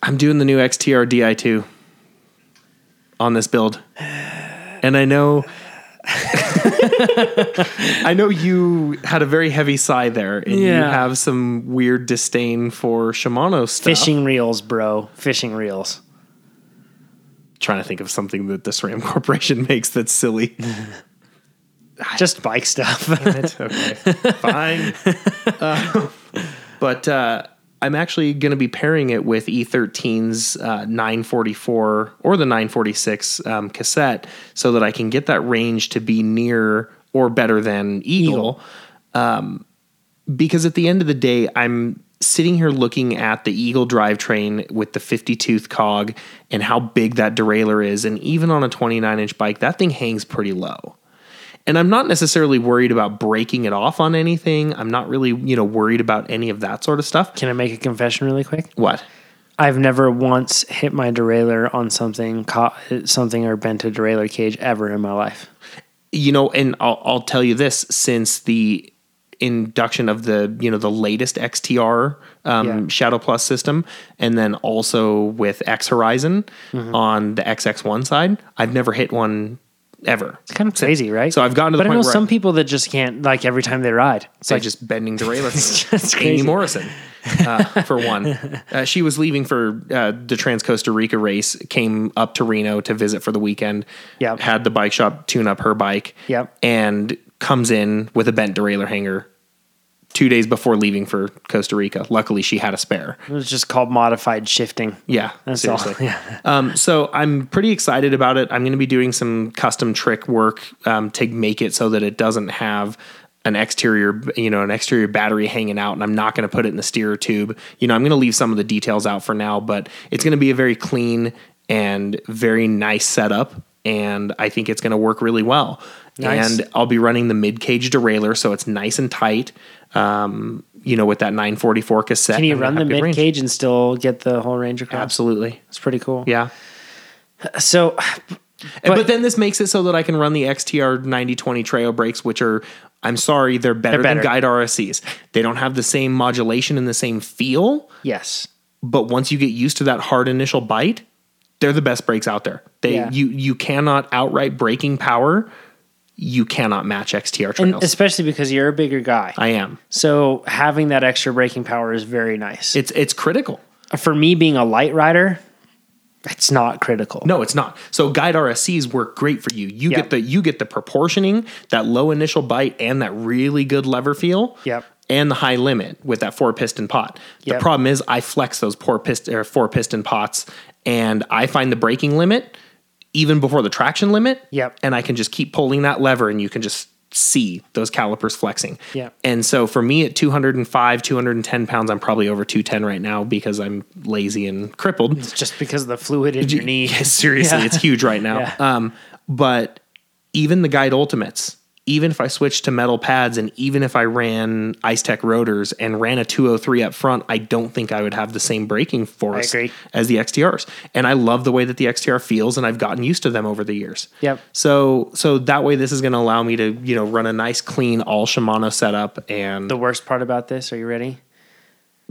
[SPEAKER 2] I'm doing the new XTR Di2 on this build. And I know I know you had a very heavy sigh there and you
[SPEAKER 1] Yeah.
[SPEAKER 2] have some weird disdain for Shimano stuff.
[SPEAKER 1] Fishing reels, bro. Fishing reels.
[SPEAKER 2] Trying to think of something that this Ram Corporation makes that's silly.
[SPEAKER 1] Just bike stuff.
[SPEAKER 2] okay, fine. Uh, but uh, I'm actually going to be pairing it with E13's uh, 944 or the 946 um, cassette so that I can get that range to be near or better than Eagle. Um, because at the end of the day, I'm sitting here looking at the Eagle drivetrain with the 50 tooth cog and how big that derailleur is. And even on a 29 inch bike, that thing hangs pretty low and I'm not necessarily worried about breaking it off on anything. I'm not really, you know, worried about any of that sort of stuff.
[SPEAKER 1] Can I make a confession really quick?
[SPEAKER 2] What?
[SPEAKER 1] I've never once hit my derailleur on something, caught something, or bent a derailleur cage ever in my life.
[SPEAKER 2] You know, and I'll, I'll tell you this: since the induction of the, you know, the latest XTR um,
[SPEAKER 1] Yeah.
[SPEAKER 2] Shadow Plus system, and then also with X Horizon
[SPEAKER 1] Mm-hmm.
[SPEAKER 2] on the XX1 side, I've never hit one ever.
[SPEAKER 1] It's kind of crazy, right?
[SPEAKER 2] So I've gotten to the
[SPEAKER 1] but I
[SPEAKER 2] point
[SPEAKER 1] know
[SPEAKER 2] where
[SPEAKER 1] some
[SPEAKER 2] I-
[SPEAKER 1] people that just can't like every time they ride. It's
[SPEAKER 2] So
[SPEAKER 1] like
[SPEAKER 2] just bending derailleur.
[SPEAKER 1] just
[SPEAKER 2] Amy
[SPEAKER 1] crazy.
[SPEAKER 2] Morrison, uh, for one. Uh, she was leaving for uh, the Trans Costa Rica race, came up to Reno to visit for the weekend,
[SPEAKER 1] Yep.
[SPEAKER 2] had the bike shop tune up her bike,
[SPEAKER 1] Yep.
[SPEAKER 2] and comes in with a bent derailleur hanger two days before leaving for Costa Rica. Luckily, she had a spare.
[SPEAKER 1] it was just called modified shifting.
[SPEAKER 2] Yeah,
[SPEAKER 1] That's
[SPEAKER 2] seriously.
[SPEAKER 1] all. Yeah.
[SPEAKER 2] Um, so I'm pretty excited about it. I'm going to be doing some custom trick work um, to make it so that it doesn't have an exterior, you know, an exterior battery hanging out, and I'm not going to put it in the steerer tube. You know, I'm going to leave some of the details out for now, but it's going to be a very clean and very nice setup, and I think it's going to work really well.
[SPEAKER 1] Nice.
[SPEAKER 2] And I'll be running the mid cage derailleur, so it's nice and tight. Um, you know, with that 944 cassette.
[SPEAKER 1] Can you
[SPEAKER 2] I'm gonna
[SPEAKER 1] run the
[SPEAKER 2] have good
[SPEAKER 1] mid
[SPEAKER 2] range.
[SPEAKER 1] cage and still get the whole range across?
[SPEAKER 2] Absolutely.
[SPEAKER 1] It's pretty cool.
[SPEAKER 2] Yeah.
[SPEAKER 1] So
[SPEAKER 2] But,
[SPEAKER 1] But-
[SPEAKER 2] then this makes it so that I can run the XTR 9020 trail brakes, which are, I'm sorry, they're better,
[SPEAKER 1] They're better.
[SPEAKER 2] than guide RSCs. They don't have the same modulation and the same feel,
[SPEAKER 1] yes.
[SPEAKER 2] but once you get used to that hard initial bite, they're the best brakes out there. They
[SPEAKER 1] Yeah.
[SPEAKER 2] you you cannot outright braking power, you cannot match XTR
[SPEAKER 1] And
[SPEAKER 2] trails.
[SPEAKER 1] especially because you're a bigger guy.
[SPEAKER 2] I am.
[SPEAKER 1] so having that extra braking power is very nice.
[SPEAKER 2] It's it's critical.
[SPEAKER 1] For me being a light rider, it's not critical.
[SPEAKER 2] No, it's not. So guide RSCs work great for you. You
[SPEAKER 1] Yeah.
[SPEAKER 2] get the you get the proportioning, that low initial bite, and that really good lever feel.
[SPEAKER 1] Yep.
[SPEAKER 2] And the high limit with that four piston pot. The
[SPEAKER 1] Yep.
[SPEAKER 2] problem is I flex those poor piston or four piston pots, and I find the braking limit even before the traction limit.
[SPEAKER 1] Yep.
[SPEAKER 2] And I can just keep pulling that lever, and you can just see those calipers flexing.
[SPEAKER 1] Yep.
[SPEAKER 2] And so for me at 205, 210 pounds, I'm probably over 210 right now because I'm lazy and crippled.
[SPEAKER 1] Just because of the fluid in your knee.
[SPEAKER 2] Yeah, seriously,
[SPEAKER 1] Yeah.
[SPEAKER 2] it's huge right now.
[SPEAKER 1] Yeah.
[SPEAKER 2] Um, but even the Guide Ultimates, even if I switched to metal pads and even if I ran Ice Tech rotors and ran a 203 up front, I don't think I would have the same braking force
[SPEAKER 1] agree.
[SPEAKER 2] as the XTRs. And I love the way that the XTR feels, and I've gotten used to them over the years.
[SPEAKER 1] Yep.
[SPEAKER 2] So so that way, this is going to allow me to you know run a nice, clean, all Shimano setup. And
[SPEAKER 1] The worst part about this, are you ready?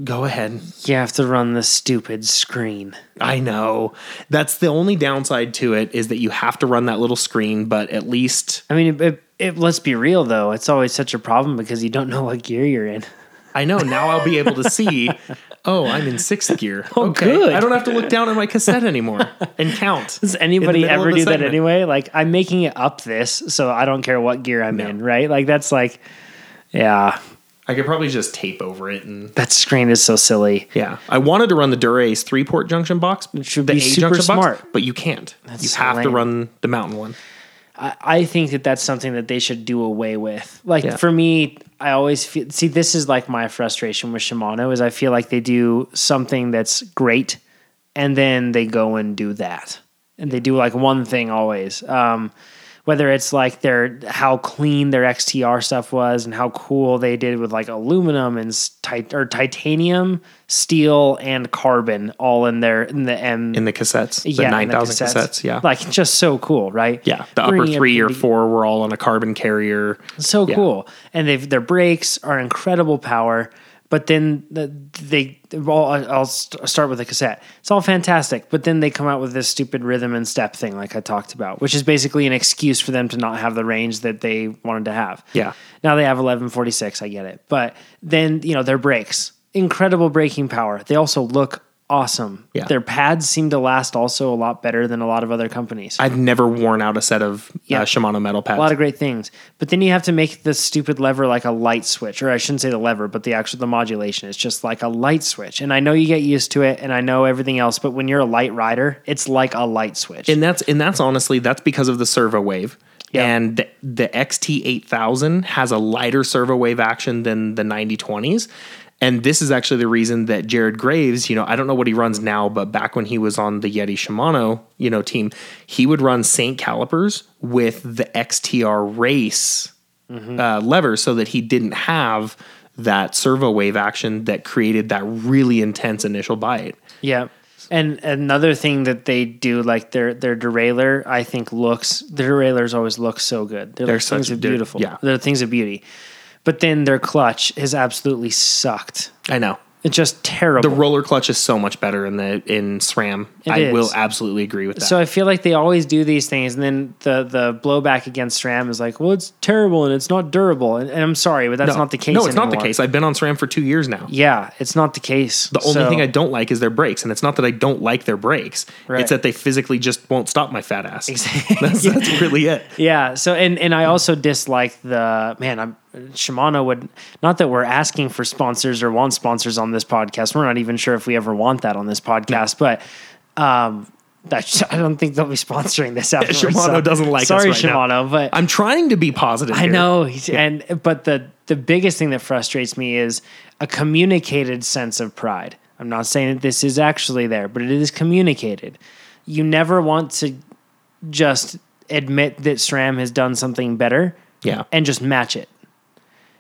[SPEAKER 2] go ahead.
[SPEAKER 1] You have to run the stupid screen.
[SPEAKER 2] I know. That's the only downside to it is that you have to run that little screen, but at least
[SPEAKER 1] I mean, it, it, it, let's be real though. It's always such a problem because you don't know what gear you're in.
[SPEAKER 2] I know now I'll be able to see, oh, I'm in sixth gear. Oh,
[SPEAKER 1] good.
[SPEAKER 2] I don't have to look down at my cassette anymore and count.
[SPEAKER 1] Does anybody
[SPEAKER 2] middle
[SPEAKER 1] ever
[SPEAKER 2] of the
[SPEAKER 1] do that
[SPEAKER 2] segment.
[SPEAKER 1] anyway? Like, I'm making it up this, so I don't care what gear I'm
[SPEAKER 2] No.
[SPEAKER 1] in, right? Like, that's like, yeah,
[SPEAKER 2] I could probably just tape over it and
[SPEAKER 1] that screen is so silly.
[SPEAKER 2] yeah. I wanted to run the Durace three port junction box,
[SPEAKER 1] It should be super smart.
[SPEAKER 2] but you can't. you
[SPEAKER 1] so
[SPEAKER 2] have to
[SPEAKER 1] lame.
[SPEAKER 2] run the mountain one.
[SPEAKER 1] I think that that's something that they should do away with. Like
[SPEAKER 2] Yeah.
[SPEAKER 1] for me, I always feel see this is like my frustration with Shimano is I feel like they do something that's great and then they go and do that. And they do like one thing always. Um whether it's like their how clean their XTR stuff was and how cool they did with like aluminum and s- tit- or titanium, steel, and carbon all in their in the M
[SPEAKER 2] in the cassettes, the
[SPEAKER 1] yeah, in
[SPEAKER 2] nine
[SPEAKER 1] the
[SPEAKER 2] thousand cassettes. Yeah,
[SPEAKER 1] like just so cool, right?
[SPEAKER 2] yeah. The upper
[SPEAKER 1] Bringing
[SPEAKER 2] three or
[SPEAKER 1] everything
[SPEAKER 2] four were all on a carbon carrier.
[SPEAKER 1] so
[SPEAKER 2] Yeah.
[SPEAKER 1] cool and they've their brakes are incredible power but then the, they well I- i'll st- start with the cassette it's all fantastic but then they come out with this stupid rhythm and step thing like i talked about which is basically an excuse for them to not have the range that they wanted to have
[SPEAKER 2] Yeah.
[SPEAKER 1] now they have 1146 i get it but then you know their brakes incredible braking power they also look awesome
[SPEAKER 2] Yeah.
[SPEAKER 1] their pads seem to last also a lot better than a lot of other companies
[SPEAKER 2] I've never worn out a set of
[SPEAKER 1] Yeah.
[SPEAKER 2] uh, Shimano metal pads.
[SPEAKER 1] a lot of great things. But then you have to make the stupid lever like a light switch, or I shouldn't say the lever, but the actual the modulation is just like a light switch. And I know you get used to it, and I know everything else, but when you're a light rider, it's like a light switch.
[SPEAKER 2] and that's and that's honestly that's because of the servo wave.
[SPEAKER 1] Yeah.
[SPEAKER 2] And the, the XT8000 has a lighter servo wave action than the 9020s. And this is actually the reason that Jared Graves, you know, I don't know what he runs now, but back when he was on the Yeti Shimano, you know, team, he would run Saint calipers with the XTR race uh, lever so that he didn't have that servo wave action that created that really intense initial bite.
[SPEAKER 1] yeah. And another thing that they do, like their their derailleur, I think looks the derailleurs always look so good. They're, like
[SPEAKER 2] such
[SPEAKER 1] things of
[SPEAKER 2] dude-
[SPEAKER 1] beautiful.
[SPEAKER 2] yeah.
[SPEAKER 1] They're things of beauty. But then their clutch has absolutely sucked.
[SPEAKER 2] I know.
[SPEAKER 1] It's just terrible.
[SPEAKER 2] The roller clutch is so much better in the in SRAM. I
[SPEAKER 1] is.
[SPEAKER 2] will absolutely agree with that.
[SPEAKER 1] So I feel like they always do these things, and then the the blowback against SRAM is like, well, it's terrible and it's not durable. And, and I'm sorry, but that's
[SPEAKER 2] No.
[SPEAKER 1] not the case.
[SPEAKER 2] No, it's not the
[SPEAKER 1] anymore.
[SPEAKER 2] case. I've been on SRAM for two years now.
[SPEAKER 1] Yeah, it's not the case.
[SPEAKER 2] The only thing I don't like is their brakes, and it's not that I don't like their brakes.
[SPEAKER 1] Right.
[SPEAKER 2] It's that they physically just won't stop my fat ass. that's, that's really it.
[SPEAKER 1] yeah. So and and I also dislike the man. I'm Shimano would not that we're asking for sponsors or want sponsors on this podcast. We're not even sure if we ever want that on this podcast, but um. That, I don't think they'll be sponsoring this. Afterwards,
[SPEAKER 2] Shimano
[SPEAKER 1] so-
[SPEAKER 2] doesn't like us
[SPEAKER 1] Sorry,
[SPEAKER 2] right now.
[SPEAKER 1] Shimano, but
[SPEAKER 2] I'm trying to be positive.
[SPEAKER 1] I
[SPEAKER 2] here.
[SPEAKER 1] know, he's- and but the the biggest thing that frustrates me is a communicated sense of pride. I'm not saying that this is actually there, but it is communicated. You never want to just admit that SRAM has done something better,
[SPEAKER 2] Yeah.
[SPEAKER 1] and just match it.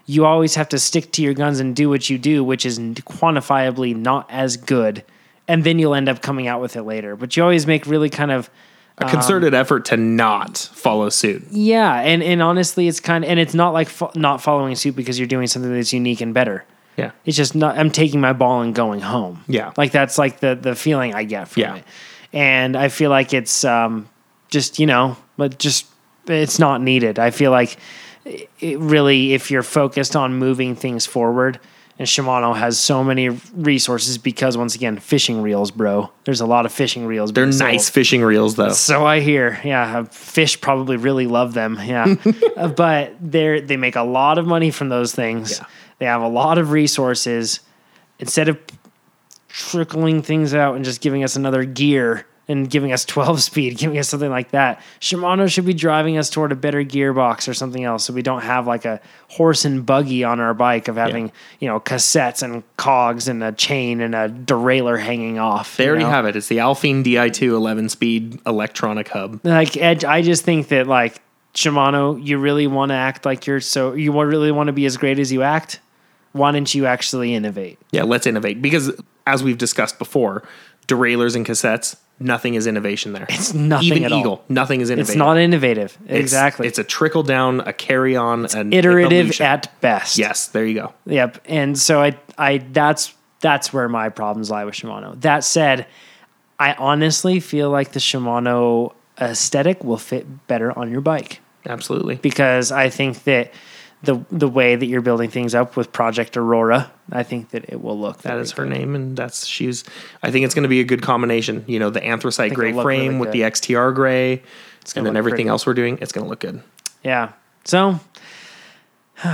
[SPEAKER 1] You always have to stick to your guns and do what you do, which is n- quantifiably not as good, and then you'll end up coming out with it later. But you always make really kind of
[SPEAKER 2] a concerted effort to not follow suit.
[SPEAKER 1] Um, yeah, and and honestly, it's kind of and it's not like fo- not following suit because you're doing something that's unique and better.
[SPEAKER 2] Yeah.
[SPEAKER 1] It's just not. I'm taking my ball and going home.
[SPEAKER 2] Yeah.
[SPEAKER 1] like that's like the the feeling I get from
[SPEAKER 2] Yeah.
[SPEAKER 1] it, and I feel like it's um just you know but just it's not needed. I feel like it really if you're focused on moving things forward. And Shimano has so many resources because, once again, fishing reels, bro. There's a lot of fishing reels.
[SPEAKER 2] They're
[SPEAKER 1] being sold.
[SPEAKER 2] nice fishing reels, though.
[SPEAKER 1] So I hear, yeah, uh, fish probably really love them, yeah. Uh, but they they make a lot of money from those things. They have a lot of resources. Instead of trickling things out and just giving us another gear and giving us 12 speed, giving us something like that, Shimano should be driving us toward a better gearbox or something else, so we don't have like a horse and buggy on our bike of having you know cassettes and cogs and a chain and a derailleur hanging off.
[SPEAKER 2] They
[SPEAKER 1] you
[SPEAKER 2] already
[SPEAKER 1] know?
[SPEAKER 2] have it. It's the Alphine Di2 11 speed electronic hub.
[SPEAKER 1] like Ed, I just think that like Shimano, you really want to act like you're so you wa- really want to be as great as you act. Why don't you actually innovate?
[SPEAKER 2] Yeah, let's innovate because as we've discussed before, derailleurs and cassettes, nothing is innovation there. It's
[SPEAKER 1] nothing
[SPEAKER 2] Even
[SPEAKER 1] at all.
[SPEAKER 2] Eagle, nothing is
[SPEAKER 1] It's
[SPEAKER 2] innovative.
[SPEAKER 1] not innovative, exactly.
[SPEAKER 2] It's a trickle down, a carry on, an
[SPEAKER 1] iterative
[SPEAKER 2] evolution.
[SPEAKER 1] at best.
[SPEAKER 2] Yes, there you go.
[SPEAKER 1] Yep. And so I, I that's that's where my problems lie with Shimano. That said, I honestly feel like the Shimano aesthetic will fit better on your bike.
[SPEAKER 2] Absolutely.
[SPEAKER 1] because I think that the the way that you're building things up with Project Aurora, I think that it will look
[SPEAKER 2] That is her name, and that's she's. I think it's going to be a good combination. You know, the anthracite gray
[SPEAKER 1] it'll look
[SPEAKER 2] frame
[SPEAKER 1] really
[SPEAKER 2] with
[SPEAKER 1] good.
[SPEAKER 2] the XTR gray, it's and
[SPEAKER 1] gonna
[SPEAKER 2] then
[SPEAKER 1] look
[SPEAKER 2] everything
[SPEAKER 1] pretty.
[SPEAKER 2] else we're doing. It's going to look good.
[SPEAKER 1] yeah. So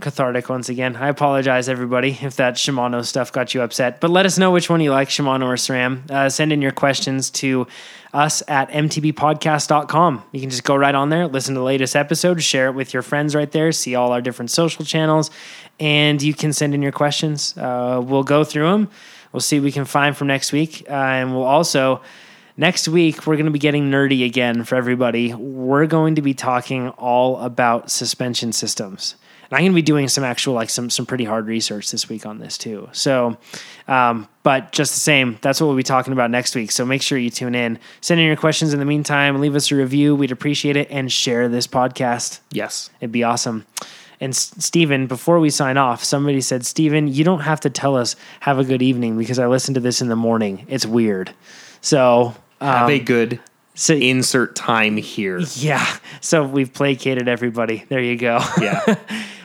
[SPEAKER 1] cathartic once again. I apologize everybody if that Shimano stuff got you upset, but let us know which one you like, Shimano or SRAM. Uh, send in your questions to us at mtbpodcast.com. You can just go right on there, listen to the latest episode, share it with your friends right there, see all our different social channels, and you can send in your questions. Uh, we'll go through them. We'll see what we can find from next week. Uh, and we'll also Next week, we're going to be getting nerdy again for everybody. We're going to be talking all about suspension systems. And I'm going to be doing some actual, like some some pretty hard research this week on this too. So, um, but just the same, that's what we'll be talking about next week. So make sure you tune in. Send in your questions in the meantime. Leave us a review. We'd appreciate it. And share this podcast.
[SPEAKER 2] Yes.
[SPEAKER 1] It'd be awesome. And S- Steven, before we sign off, somebody said, Steven, you don't have to tell us have a good evening because I listened to this in the morning. It's weird. So, uh,
[SPEAKER 2] Have a good
[SPEAKER 1] so
[SPEAKER 2] insert time here.
[SPEAKER 1] yeah. So we've placated everybody. There you go.
[SPEAKER 2] Yeah.